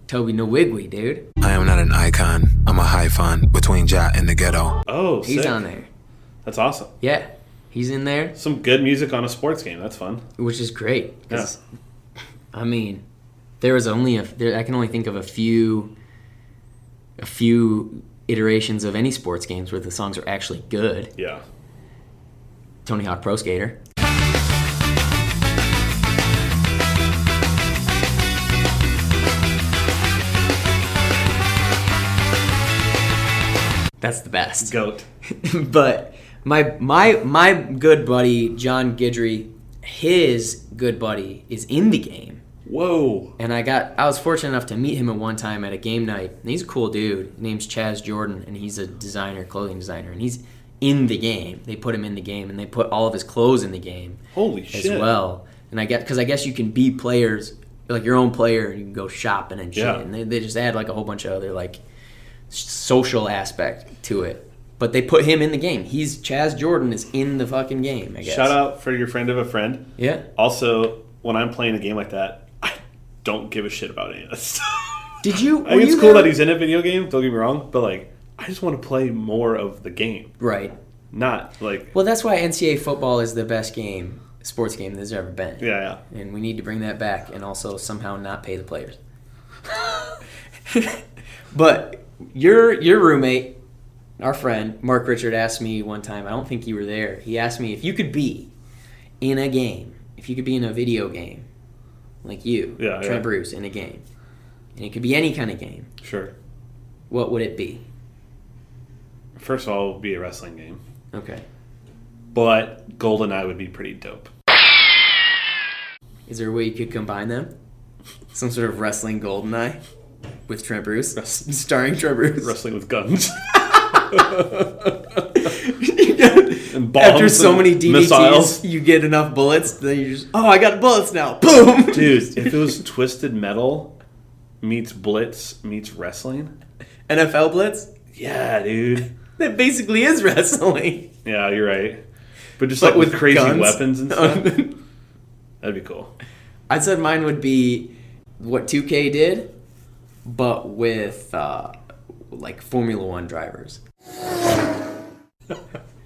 Speaker 1: Toby Nwigwe, dude.
Speaker 9: I am not an icon. I'm a hyphon between Ja and the ghetto.
Speaker 2: Oh,
Speaker 1: He's
Speaker 2: sick.
Speaker 1: on there.
Speaker 2: That's awesome.
Speaker 1: Yeah, he's in there,
Speaker 2: Some good music on a sports game. That's fun.
Speaker 1: which is great. 'cause, I mean, there was only a there. I can only think of a few, a few iterations of any sports games where the songs are actually good.
Speaker 2: Yeah.
Speaker 1: Tony Hawk Pro Skater. That's the best.
Speaker 2: Goat.
Speaker 1: but my my my good buddy John Guidry, his good buddy is in the game,
Speaker 2: Whoa.
Speaker 1: and I got I was fortunate enough to meet him at one time at a game night. And he's a cool dude. His name's Chaz Jordan, and he's a designer, clothing designer, and he's in the game. They put him in the game, and they put all of his clothes in the game
Speaker 2: Holy
Speaker 1: as
Speaker 2: shit.
Speaker 1: well. And I guess because I guess you can be players like your own player, and you can go shopping and shit.
Speaker 2: Yeah.
Speaker 1: And they, they just add like a whole bunch of other like social aspect to it. But they put him in the game. He's Chaz Jordan is in the fucking game. I guess.
Speaker 2: Shout out for your friend of a friend.
Speaker 1: Yeah,
Speaker 2: Also, when I'm playing a game like that, I don't give a shit about any of this
Speaker 1: Did you?
Speaker 2: I
Speaker 1: were
Speaker 2: think it's
Speaker 1: you
Speaker 2: cool
Speaker 1: there-
Speaker 2: that he's in a video game, don't get me wrong, but like, I just want to play more of the game,
Speaker 1: right.
Speaker 2: not like
Speaker 1: Well, that's why NCAA football is the best game sports game there's ever been.
Speaker 2: Yeah, yeah.
Speaker 1: And we need to bring that back and also somehow not pay the players. but your your roommate, our friend Mark Richard asked me one time, I don't think you were there. He asked me if you could be in a game, if you could be in a video game like you,
Speaker 2: Yeah,
Speaker 1: Trent
Speaker 2: yeah.
Speaker 1: Bruce in a game. And it could be any kind of game.
Speaker 2: Sure.
Speaker 1: What would it be?
Speaker 2: First of all, it would be a wrestling game,
Speaker 1: Okay.
Speaker 2: but GoldenEye would be pretty dope.
Speaker 1: Is there a way you could combine them? Some sort of wrestling golden eye with Trent Bruce, starring Trent Bruce.
Speaker 2: Wrestling with guns.
Speaker 1: You get-
Speaker 2: And bombs
Speaker 1: After so
Speaker 2: and
Speaker 1: many DDTs,
Speaker 2: missiles.
Speaker 1: you get enough bullets. Then you just oh, I got bullets now. Boom,
Speaker 2: Dude, if it was Twisted Metal meets Blitz meets wrestling,
Speaker 1: NFL blitz.
Speaker 2: yeah, dude.
Speaker 1: That basically is wrestling,
Speaker 2: Yeah, you're right. But just
Speaker 1: but
Speaker 2: like with
Speaker 1: with
Speaker 2: crazy
Speaker 1: guns.
Speaker 2: weapons and stuff, that'd be cool.
Speaker 1: I said mine would be what 2K did, but with uh, like Formula One drivers.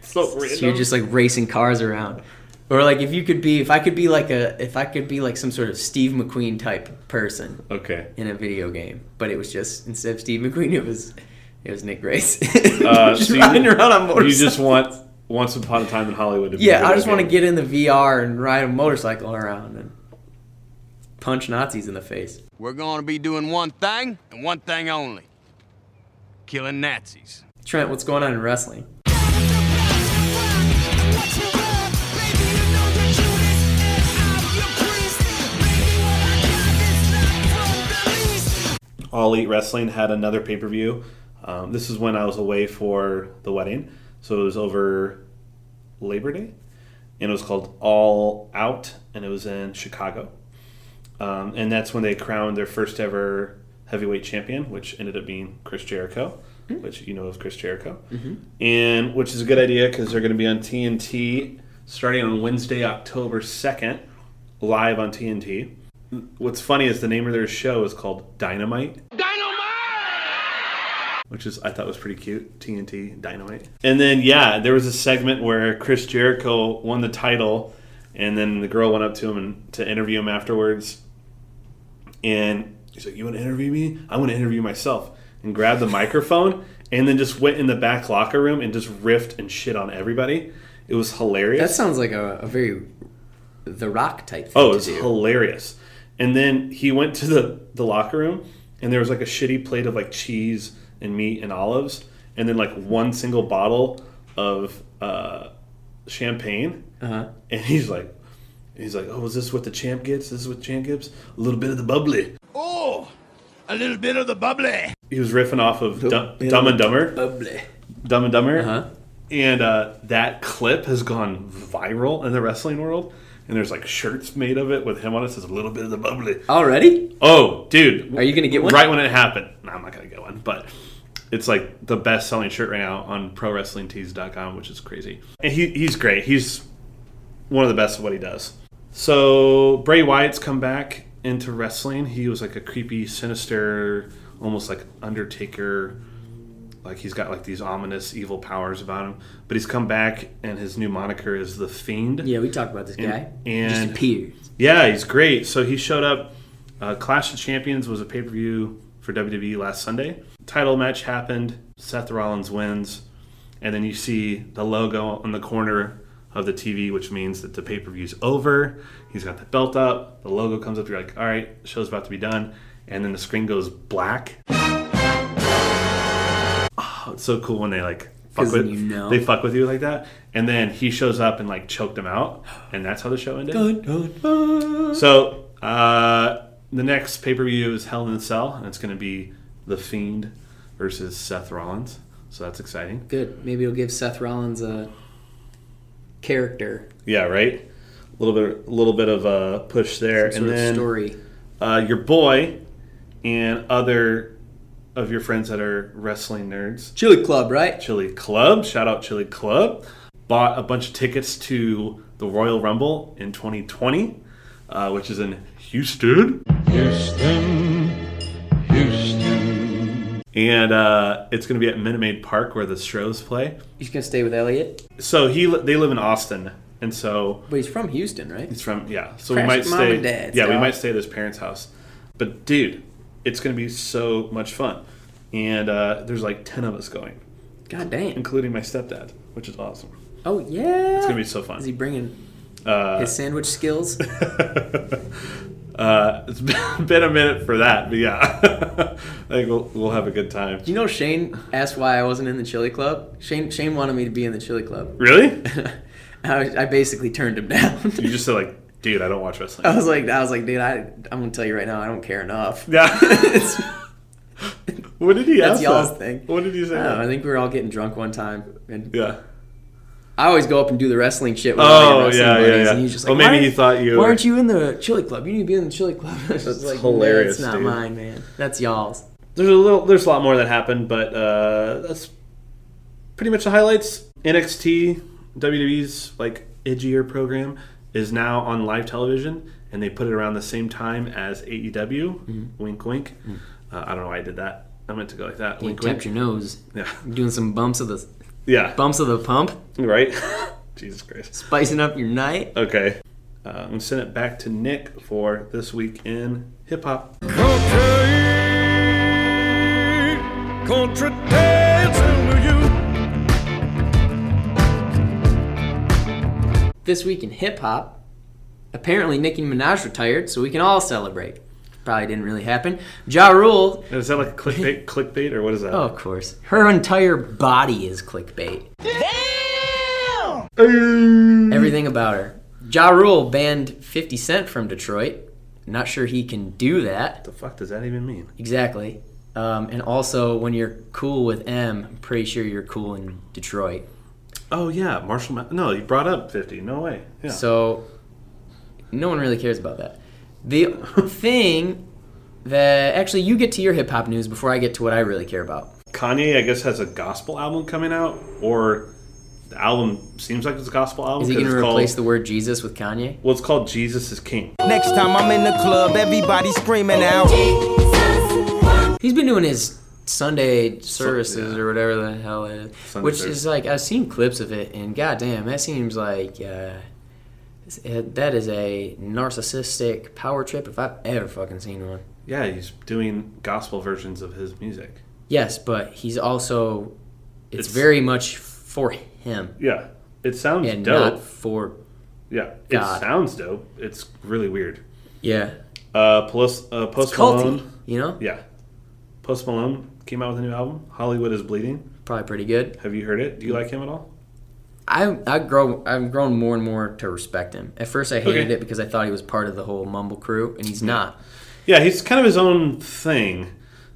Speaker 2: So random.
Speaker 1: So you're just like racing cars around. Or like if you could be if I could be like a if I could be like some sort of Steve McQueen type person
Speaker 2: okay.
Speaker 1: in a video game. But it was just instead of Steve McQueen it was it was Nick Grace.
Speaker 2: Uh,
Speaker 1: just
Speaker 2: so you-
Speaker 1: riding around on
Speaker 2: You
Speaker 1: motorcycles.
Speaker 2: just want Once Upon a Time in Hollywood to be a
Speaker 1: Yeah, I
Speaker 2: video
Speaker 1: just want to
Speaker 2: game.
Speaker 1: get in the VR and ride a motorcycle around and punch Nazis in the face.
Speaker 5: We're gonna be doing one thing and one thing only killing Nazis.
Speaker 1: Trent, what's going on in wrestling?
Speaker 2: All Elite Wrestling had another pay per view. Um, this is when I was away for the wedding, so it was over Labor Day, and it was called All Out, and it was in Chicago, um, and that's when they crowned their first ever heavyweight champion, which ended up being Chris Jericho, which you know of Chris Jericho, and which is a good idea because they're going to be on TNT starting on Wednesday, October second, live on TNT. What's funny is the name of their show is called Dynamite which is I thought was pretty cute. TNT Dynamite. And then yeah, there was a segment where Chris Jericho won the title, and then the girl went up to him and to interview him afterwards. And he's like, "You want to interview me? I want to interview myself." And grabbed the microphone, and then just went in the back locker room and just riffed and shit on everybody. It was hilarious.
Speaker 1: That sounds like a, a very the rock type thing
Speaker 2: Oh, it
Speaker 1: to
Speaker 2: was
Speaker 1: do.
Speaker 2: hilarious. And then he went to the, the locker room, and there was like a shitty plate of like cheese and meat and olives, and then like one single bottle of uh, champagne.
Speaker 1: Uh-huh.
Speaker 2: And he's like, he's like, oh, is this what the champ gets? This is what champ gets? A little bit of the bubbly.
Speaker 5: Oh, a little bit of the bubbly.
Speaker 2: He was riffing off of Dum-
Speaker 1: bit
Speaker 2: Dumb
Speaker 1: of
Speaker 2: and Dumber.
Speaker 1: Bubbly.
Speaker 2: Dumb and Dumber.
Speaker 1: Uh-huh.
Speaker 2: And uh, that clip has gone viral in the wrestling world. And there's like shirts made of it with him on it. Says a little bit of the bubbly.
Speaker 1: Already?
Speaker 2: Oh, dude.
Speaker 1: Are you gonna get one?
Speaker 2: Right when it happened. No, I'm not going to get one, but it's like the best selling shirt right now on prowrestlingtees.com, which is crazy. And he, he's great. He's one of the best at what he does. So Bray Wyatt's come back into wrestling. He was like a creepy, sinister, almost like Undertaker. Like he's got like these ominous evil powers about him. But he's come back and his new moniker is the Fiend.
Speaker 1: Yeah, we talked about this guy.
Speaker 2: and-
Speaker 1: just appeared.
Speaker 2: Yeah, he's great. So he showed up. Uh, Clash of Champions was a pay per view for WWE last Sunday. Title match happened. Seth Rollins wins. And then you see the logo on the corner of the TV, which means that the pay per view's over. He's got the belt up. The logo comes up. You're like, all right, show's about to be done. And then the screen goes black. Oh, it's so cool when they like fuck
Speaker 1: 'Cause then
Speaker 2: with
Speaker 1: you know.
Speaker 2: they fuck with you like that. And then he shows up and like choked him out, and that's how the show ended. So uh, the next pay per view is Hell in a Cell, and it's going to be The Fiend versus Seth Rollins. So that's exciting.
Speaker 1: Good. Maybe it'll give Seth Rollins a character,
Speaker 2: Yeah, right. A little bit, a little bit of a push there,
Speaker 1: some sort
Speaker 2: and then
Speaker 1: of story.
Speaker 2: Uh, your boy and other of your friends that are wrestling nerds,
Speaker 1: Chili Club, right?
Speaker 2: Chili Club. Shout out Chili Club. Bought a bunch of tickets to the Royal Rumble in 2020, uh, which is in Houston. and uh, it's going to be at Minute Maid Park where the Stros play.
Speaker 1: He's gonna stay with Elliot.
Speaker 2: So he li- they live in Austin, and so
Speaker 1: But he's from Houston, right?
Speaker 2: He's from yeah. So
Speaker 1: Crash
Speaker 2: we might
Speaker 1: with mom
Speaker 2: stay.
Speaker 1: and dad's,
Speaker 2: yeah, we
Speaker 1: dog.
Speaker 2: might stay at his parents' house. But dude, it's gonna be so much fun. And uh, there's like ten of us going,
Speaker 1: God damn.
Speaker 2: including my stepdad, which is awesome.
Speaker 1: Oh yeah. It's
Speaker 2: gonna be so fun.
Speaker 1: Is he bringing
Speaker 2: Uh,
Speaker 1: his sandwich skills?
Speaker 2: uh, it's been, been a minute for that, but yeah, I think we'll, we'll have a good time.
Speaker 1: you know, Shane asked why I wasn't in the Chili Club. Shane Shane wanted me to be in the Chili Club.
Speaker 2: Really?
Speaker 1: I, I basically turned him down.
Speaker 2: You just said like, dude, I don't watch wrestling.
Speaker 1: I was like, I was like, dude, I I'm gonna tell you right now, I don't care enough.
Speaker 2: yeah.
Speaker 1: It's-
Speaker 2: what did he
Speaker 1: That's
Speaker 2: ask?
Speaker 1: y'all's
Speaker 2: that?
Speaker 1: thing.
Speaker 2: What did he
Speaker 1: I,
Speaker 2: say?
Speaker 1: don't know, I
Speaker 2: that?
Speaker 1: think we were all getting drunk one time, and
Speaker 2: yeah.
Speaker 1: I always go up and do the wrestling shit. With all your
Speaker 2: Oh
Speaker 1: wrestling
Speaker 2: yeah, yeah,
Speaker 1: buddies,
Speaker 2: yeah.
Speaker 1: And he's just like,
Speaker 2: well, maybe
Speaker 1: why,
Speaker 2: he thought you.
Speaker 1: Why
Speaker 2: were-
Speaker 1: aren't you in the chili club? You need to be in the chili club. That's
Speaker 2: That's
Speaker 1: like,
Speaker 2: hilarious,
Speaker 1: That's not
Speaker 2: dude.
Speaker 1: mine, man. That's y'all's.
Speaker 2: there's a little there's a lot more that happened but uh that's pretty much the highlights nxt wwe's like edgier program is now on live television and they put it around the same time as aew
Speaker 1: Mm-hmm.
Speaker 2: wink wink uh, i don't know why i did that i meant to go like that
Speaker 1: Mm. You
Speaker 2: wink
Speaker 1: tapped your
Speaker 2: wink
Speaker 1: nose.
Speaker 2: yeah
Speaker 1: Doing some bumps of the
Speaker 2: yeah
Speaker 1: bumps of the pump,
Speaker 2: right jesus christ
Speaker 1: spicing up your night.
Speaker 2: okay uh, i'm gonna send it back to nick for this week in hip-hop
Speaker 1: This week in hip hop, apparently Nicki Minaj retired, so we can all celebrate. Probably didn't really happen. Ja Rule,
Speaker 2: is that like a clickbait clickbait or what is that
Speaker 1: oh, of course, her entire body is clickbait. Everything about her. Ja Rule banned 50 Cent from Detroit. Not sure he can do that.
Speaker 2: the fuck does that even mean
Speaker 1: Exactly. Um, and also, when you're cool with M, I'm pretty sure you're cool in Detroit.
Speaker 2: Oh yeah, Marshall. Ma- no, you brought up fifty. No way. Yeah.
Speaker 1: So, no one really cares about that. The thing that actually, you get to your hip hop news before I get to what I really care about.
Speaker 2: Kanye, I guess, has a gospel album coming out, or the album seems like it's a gospel album.
Speaker 1: Is he
Speaker 2: 'cause
Speaker 1: going to
Speaker 2: it's called-
Speaker 1: replace the word Jesus with Kanye?
Speaker 2: Well, it's called Jesus is King.
Speaker 10: Next time I'm in the club, everybody screaming out.
Speaker 1: He's been doing his Sunday services
Speaker 2: yeah.
Speaker 1: or whatever the hell it is,
Speaker 2: Sunday
Speaker 1: which
Speaker 2: service.
Speaker 1: is like I've seen clips of it, and goddamn, that seems like uh, it's- it- that is a narcissistic power trip if I've ever fucking seen one.
Speaker 2: Yeah, he's doing gospel versions of his music.
Speaker 1: Yes, but he's also it's,
Speaker 2: It's-
Speaker 1: very much for him
Speaker 2: Yeah, it sounds
Speaker 1: and
Speaker 2: dope.
Speaker 1: not for
Speaker 2: yeah, it
Speaker 1: God.
Speaker 2: sounds dope. It's really weird.
Speaker 1: yeah
Speaker 2: Uh, Post, uh, Post
Speaker 1: culty.
Speaker 2: Malone.
Speaker 1: You know,
Speaker 2: Yeah, Post Malone came out with a new album. Hollywood is bleeding.
Speaker 1: probably pretty good.
Speaker 2: Have you heard it? Do you like him at all?
Speaker 1: I I grow I've grown more and more to respect him. At first, I hated
Speaker 2: Okay.
Speaker 1: it because I thought he was part of the whole mumble crew, and he's not.
Speaker 2: Yeah, he's kind of his own thing.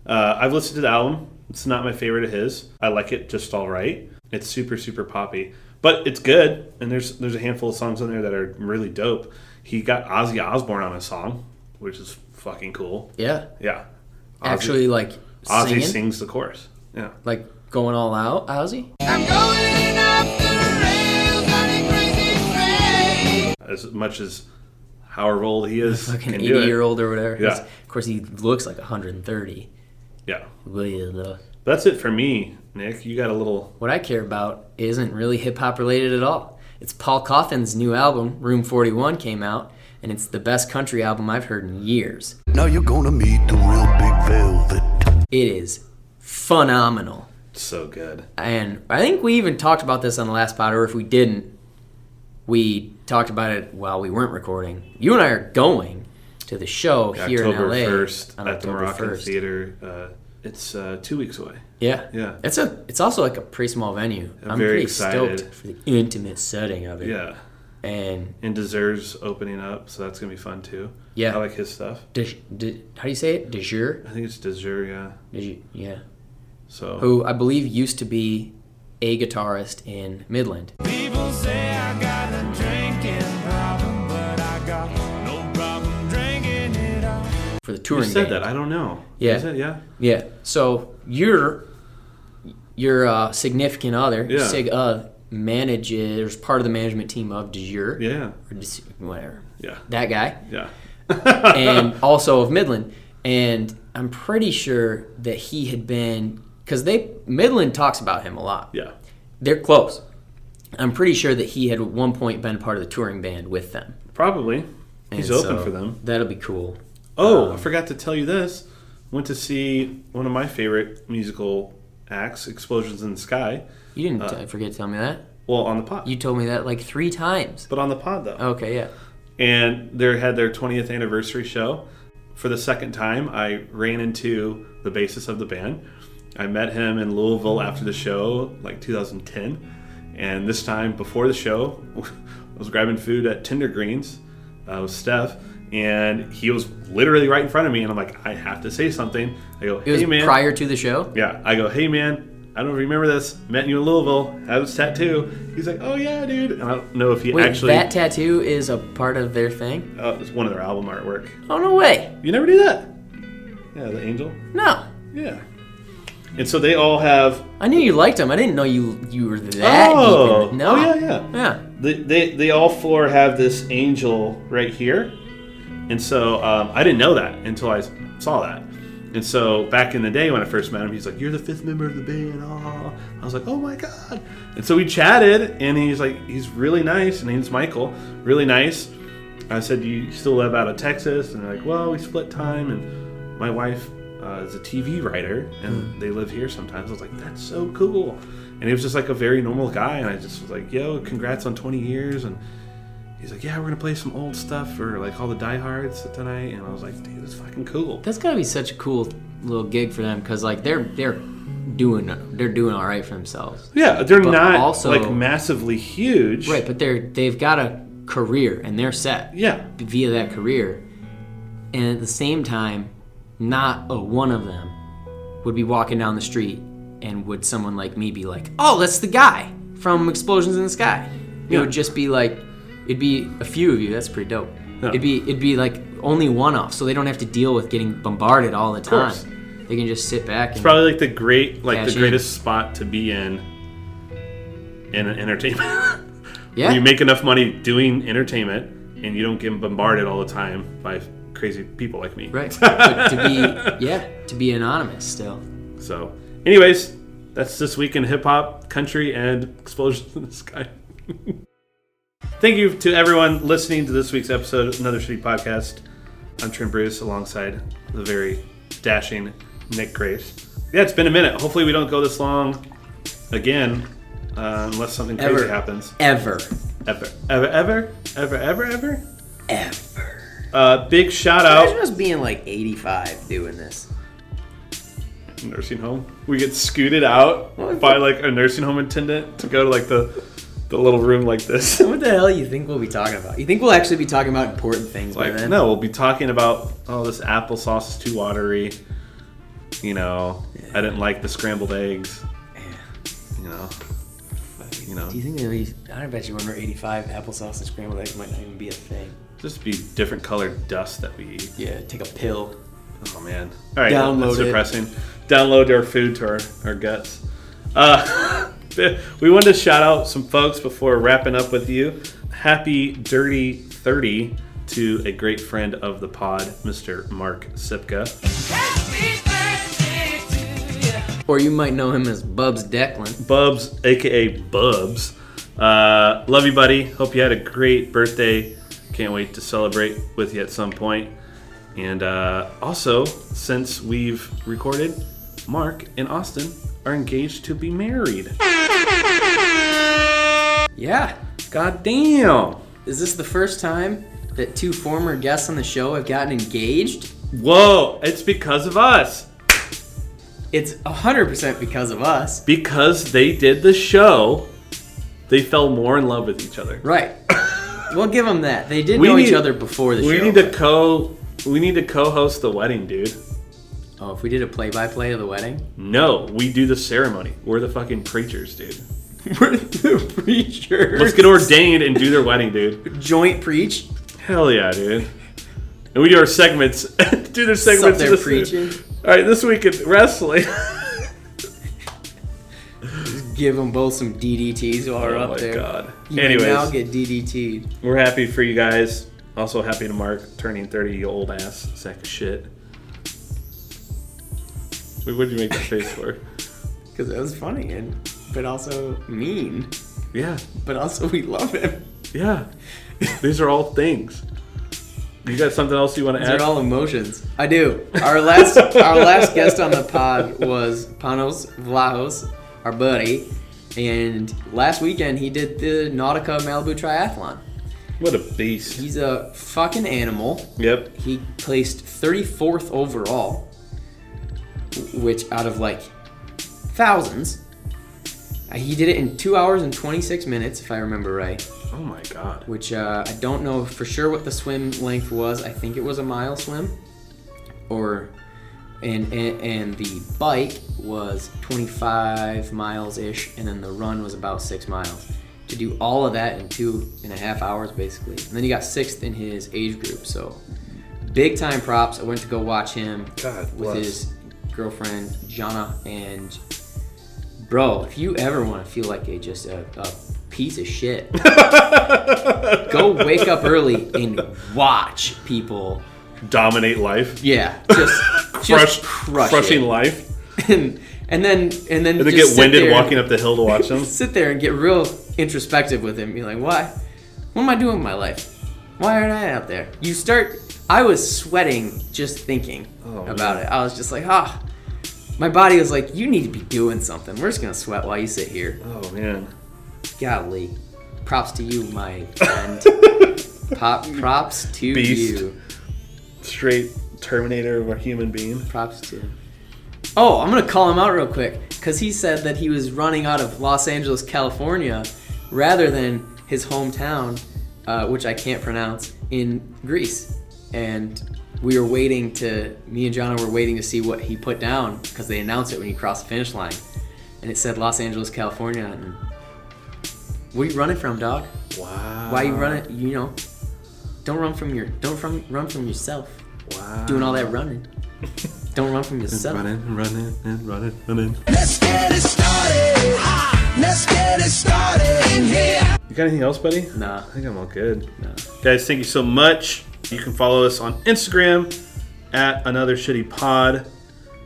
Speaker 2: Uh, I've listened to the album. It's not my favorite of his. I like it just all right. It's super super poppy, but it's good. And there's there's a handful of songs on there that are really dope. He got Ozzy Osbourne on a song, which is fucking cool.
Speaker 1: Yeah,
Speaker 2: Yeah, Ozzy-
Speaker 1: actually like
Speaker 2: Ozzy
Speaker 1: singing,
Speaker 2: sings the chorus. Yeah,
Speaker 1: like going all out, Ozzy.
Speaker 2: as much as however old he is,
Speaker 1: Like an
Speaker 2: can do it.
Speaker 1: eighty-year-old or whatever.
Speaker 2: Yeah.
Speaker 1: He's- Of course, he looks like 130.
Speaker 2: Yeah,
Speaker 1: Blah.
Speaker 2: that's it for me, Nick. You got a little.
Speaker 1: What I care about isn't really hip hop related at all. It's Paul Coffin's new album, Room 41, came out, and it's the best country album I've heard in years.
Speaker 10: Now you're gonna meet the real big velvet.
Speaker 1: It is phenomenal.
Speaker 2: So good.
Speaker 1: and I think we even talked about this on the last pod, or if we didn't, we talked about it while we weren't recording. You and I are going to the show Uh, here
Speaker 2: October
Speaker 1: in LA
Speaker 2: first
Speaker 1: on
Speaker 2: at the
Speaker 1: October
Speaker 2: Moroccan
Speaker 1: 1st.
Speaker 2: Theater. Uh, it's uh, two weeks away.
Speaker 1: Yeah,
Speaker 2: Yeah.
Speaker 1: It's a it's also like a pretty small venue. I'm,
Speaker 2: very
Speaker 1: pretty
Speaker 2: excited.
Speaker 1: stoked for the intimate setting of it.
Speaker 2: Yeah,
Speaker 1: and
Speaker 2: and Deserves opening up, so that's gonna be fun too.
Speaker 1: Yeah.
Speaker 2: I like his stuff.
Speaker 1: de, de, how do you say it? De jure?
Speaker 2: I think it's Desert, yeah.
Speaker 1: De Jure, yeah.
Speaker 2: So
Speaker 1: Who I believe used to be a guitarist in Midland.
Speaker 10: People say I got a drinking problem, but I got no problem drinking it up.
Speaker 1: For the
Speaker 2: you
Speaker 1: touring
Speaker 2: said
Speaker 1: band.
Speaker 2: that? I don't know.
Speaker 1: Yeah.
Speaker 2: Is it? Yeah.
Speaker 1: Yeah. So your your uh, significant other,
Speaker 2: Yeah.
Speaker 1: sig uh, manages part of the management team of De Jure,
Speaker 2: Yeah.
Speaker 1: or Dis- whatever
Speaker 2: Yeah.
Speaker 1: that guy,
Speaker 2: Yeah.
Speaker 1: and also of Midland. And I'm pretty sure that he had been because they Midland talks about him a lot.
Speaker 2: Yeah.
Speaker 1: They're close. I'm pretty sure that he had at one point been part of the touring band with them.
Speaker 2: Probably. He's
Speaker 1: And
Speaker 2: open
Speaker 1: so
Speaker 2: for them.
Speaker 1: That'll be cool.
Speaker 2: Oh,
Speaker 1: Um,
Speaker 2: I forgot to tell you this. Went to see one of my favorite musical acts, Explosions in the Sky.
Speaker 1: You didn't
Speaker 2: Uh,
Speaker 1: t- forget to tell me that.
Speaker 2: Well, on the pod.
Speaker 1: You Oh. told me that like three times.
Speaker 2: But on the pod, though.
Speaker 1: Okay, yeah.
Speaker 2: And they had their 20th anniversary show. For the second time, I ran into the bassist of the band. I met him in Louisville after the show, like 2010. And this time, before the show, I was grabbing food at Tinder Greens uh, with Steph. And he was literally right in front of me. And I'm like, I have to say something. I go,
Speaker 1: It was
Speaker 2: hey, man.
Speaker 1: prior to the show.
Speaker 2: Yeah, I go, hey man, I don't remember this. Met you in Louisville. Had this tattoo. He's like, oh yeah, dude. And I don't know if he
Speaker 1: Wait,
Speaker 2: actually.
Speaker 1: that tattoo is a part of their thing.
Speaker 2: uh, it's one of their album artwork.
Speaker 1: Oh no way!
Speaker 2: You never do that. Yeah, the angel.
Speaker 1: No,
Speaker 2: Yeah. And so they all have.
Speaker 1: I knew you liked them. I didn't know you you were that.
Speaker 2: oh,
Speaker 1: deep in- no.
Speaker 2: oh yeah, yeah.
Speaker 1: Yeah.
Speaker 2: They, they, they all four have this angel right here. And so um, I didn't know that until I s- saw that. And so back in the day when I first met him, he's like, You're the fifth member of the band. Oh. I was like, Oh my God. And so we chatted, and he's like, He's really nice. And name's Michael. Really nice. I said, Do you still live out of Texas? And they're like, Well, we split time. And my wife uh, is a TV writer, and they live here sometimes. I was like, That's so cool. And he was just like a very normal guy. And I just was like, Yo, congrats on 20 years. And he's like, Yeah, we're going to play some old stuff for like all the diehards tonight. And I was like, Dude, that's fucking cool.
Speaker 1: That's gotta be such a cool little gig for them because like they're they're doing they're doing all right for themselves.
Speaker 2: Yeah, they're
Speaker 1: But
Speaker 2: not
Speaker 1: also-
Speaker 2: like massively huge.
Speaker 1: Right, but they're they've got a career and they're set
Speaker 2: Yeah.
Speaker 1: via that career, and at the same time, not a one of them would be walking down the street and would someone like me be like, "Oh, that's the guy from Explosions in the Sky." It
Speaker 2: Yeah.
Speaker 1: would just be like, it'd be a few of you. That's pretty dope.
Speaker 2: Yeah.
Speaker 1: It'd be it'd be like only one off, so they don't have to deal with getting bombarded all the time.
Speaker 2: course.
Speaker 1: They can just sit back. And,
Speaker 2: It's probably like the great, like
Speaker 1: Cash
Speaker 2: the
Speaker 1: in.
Speaker 2: greatest spot to be in in entertainment.
Speaker 1: yeah.
Speaker 2: Where you make enough money doing entertainment and you don't get bombarded all the time by crazy people like me.
Speaker 1: Right. but to be yeah, to be anonymous still.
Speaker 2: So, anyways, that's this week in hip hop, country, and explosions in the sky. Thank you to everyone listening to this week's episode of Another Shitty Podcast. I'm Trent Bruce alongside the very dashing Nick Grace. Yeah, it's been a minute. Hopefully, we don't go this long again uh, unless something crazy
Speaker 1: Ever.
Speaker 2: happens.
Speaker 1: Ever.
Speaker 2: Ever, ever, ever, ever, ever, ever. Uh, big shout out.
Speaker 1: us being like 85 doing this.
Speaker 2: nursing home. We get scooted out by like a nursing home attendant to go to like the the little room like this.
Speaker 1: What the hell you think we'll be talking about? You think we'll actually be talking about important things by
Speaker 2: like
Speaker 1: then?
Speaker 2: no, we'll be talking about oh this applesauce is too watery. You know, I didn't like the scrambled eggs. You know, you know,
Speaker 1: Do you think they'll be, I bet you when we're 85, applesauce and scrambled eggs might not even be a thing.
Speaker 2: just be different colored dust that we eat.
Speaker 1: Yeah, take a pill.
Speaker 2: Oh man! All right,
Speaker 1: Download
Speaker 2: that's
Speaker 1: it.
Speaker 2: depressing. Download our food to our, our guts. Uh, we wanted to shout out some folks before wrapping up with you. Happy dirty thirty to a great friend of the pod, Mr. Mark Sipka.
Speaker 1: Or you might know him as Bubs Declan.
Speaker 2: Bubs, aka Bubs. Uh, love you, buddy. Hope you had a great birthday. Can't wait to celebrate with you at some point. And uh, also, since we've recorded, Mark and Austin are engaged to be married.
Speaker 1: Yeah.
Speaker 2: God damn.
Speaker 1: Is this the first time that two former guests on the show have gotten engaged?
Speaker 2: Whoa, it's because of us.
Speaker 1: It's 100% because of us.
Speaker 2: Because they did the show, they fell more in love with each other.
Speaker 1: Right. we'll give them that. They did
Speaker 2: We
Speaker 1: know each
Speaker 2: need-
Speaker 1: other before the
Speaker 2: We
Speaker 1: show.
Speaker 2: need to co we need to co-host the wedding, dude.
Speaker 1: Oh, if we did a play-by-play of the wedding?
Speaker 2: No, we do the ceremony. We're the fucking preachers, dude.
Speaker 1: We're the preachers.
Speaker 2: Let's get ordained and do their wedding, dude.
Speaker 1: joint preach.
Speaker 2: Hell yeah, dude. And we do our segments. do their segments.
Speaker 1: Up there
Speaker 2: this-
Speaker 1: preaching.
Speaker 2: All right, this week in wrestling.
Speaker 1: Give them both some DDTs while we're
Speaker 2: oh
Speaker 1: up
Speaker 2: my
Speaker 1: there.
Speaker 2: god.
Speaker 1: You can
Speaker 2: Anyways,
Speaker 1: now get DDT'd.
Speaker 2: We're happy for you guys. Also happy to Mark turning 30, you old ass sack of shit. Wait, what did you make that face for?
Speaker 1: Because that was funny and but also mean.
Speaker 2: Yeah.
Speaker 1: But also, we love him.
Speaker 2: Yeah. These are all things. You got something else you want to
Speaker 1: These
Speaker 2: add?
Speaker 1: are all emotions. I do. Our last our last guest on the pod was Panos Vlahos, our buddy, and last weekend he did the Nautica Malibu Triathlon.
Speaker 2: What a beast!
Speaker 1: He's a fucking animal.
Speaker 2: Yep.
Speaker 1: He placed 34th overall, which out of like thousands, uh, he did it in two hours and 26 minutes, if I remember right.
Speaker 2: Oh my god.
Speaker 1: Which uh, I don't know for sure what the swim length was. I think it was a mile swim, or and and, and the bike was 25 miles ish, and then the run was about six miles. To do all of that in two and a half hours, basically, and then he got sixth in his age group. So big time props. I went to go watch him
Speaker 2: God
Speaker 1: with
Speaker 2: bless.
Speaker 1: his girlfriend Jana and bro. If you ever want to feel like a just a, a piece of shit, go wake up early and watch people
Speaker 2: dominate life.
Speaker 1: Yeah, just
Speaker 2: Crush-
Speaker 1: just crush
Speaker 2: crushing
Speaker 1: it.
Speaker 2: life.
Speaker 1: and and then and then
Speaker 2: And then
Speaker 1: just
Speaker 2: get
Speaker 1: sit
Speaker 2: winded
Speaker 1: there
Speaker 2: walking up the hill to watch them.
Speaker 1: sit there and get real introspective with him. You're like, why? What am I doing with my life? Why aren't I out there? You start. I was sweating just thinking about it. I was just like, ah. My body was like, you need to be doing something. We're just gonna sweat while you sit here.
Speaker 2: Oh man.
Speaker 1: Golly. Props to you, my friend. Pop props to
Speaker 2: Beast.
Speaker 1: you.
Speaker 2: Straight Terminator of a human being.
Speaker 1: Props to. Oh, I'm gonna call him out real quick because he said that he was running out of Los Angeles, California, rather than his hometown, uh, which I can't pronounce, in Greece. And we were waiting to, me and John were waiting to see what he put down because they announce it when you cross the finish line, and it said Los Angeles, California. And where you running from, dog?
Speaker 2: Wow.
Speaker 1: Why you running? You know, don't run from your, don't from run from yourself.
Speaker 2: Wow.
Speaker 1: Doing all that running. Don't run from yourself.
Speaker 2: Running, running, and running, running.
Speaker 10: Let's get it started. Let's get it started in here.
Speaker 2: You got anything else, buddy?
Speaker 1: Nah.
Speaker 2: I think I'm all good. Guys, thank you so much. You can follow us on Instagram at another shitty pod.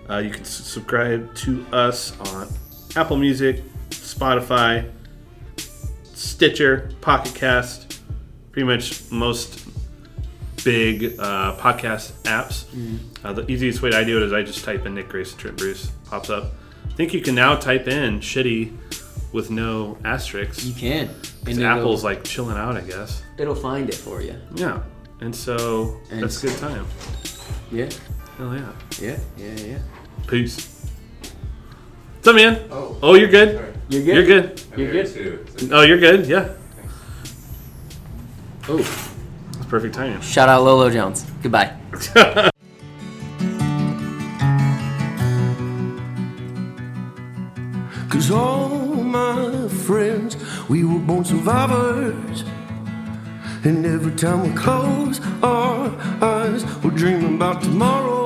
Speaker 2: Uh, you can s- subscribe to us on Apple Music, Spotify, Stitcher, Pocket Cast, pretty much most big uh, podcast apps. Uh, the easiest way I do it is I just type in Nick Grace and Trent Bruce, pops up. I think you can now type in shitty with no asterisks. You
Speaker 1: can.
Speaker 2: Because
Speaker 1: And it'll-
Speaker 2: Apple's like chilling out, I guess.
Speaker 1: It'll find it for you.
Speaker 2: Yeah. And so
Speaker 1: And-
Speaker 2: that's a good time.
Speaker 1: Yeah.
Speaker 2: Hell yeah.
Speaker 1: Yeah. Yeah. Yeah.
Speaker 2: Peace. What's up, man? Oh, you're good.
Speaker 1: You're good?
Speaker 2: You're good.
Speaker 1: I'm You're here good? too,
Speaker 2: Oh, you're good. Yeah.
Speaker 1: Oh,
Speaker 2: it's perfect timing.
Speaker 1: Shout out Lolo Jones. Goodbye.
Speaker 10: Cause all my friends, we were born survivors. And every time we close our eyes, we're dreaming about tomorrow.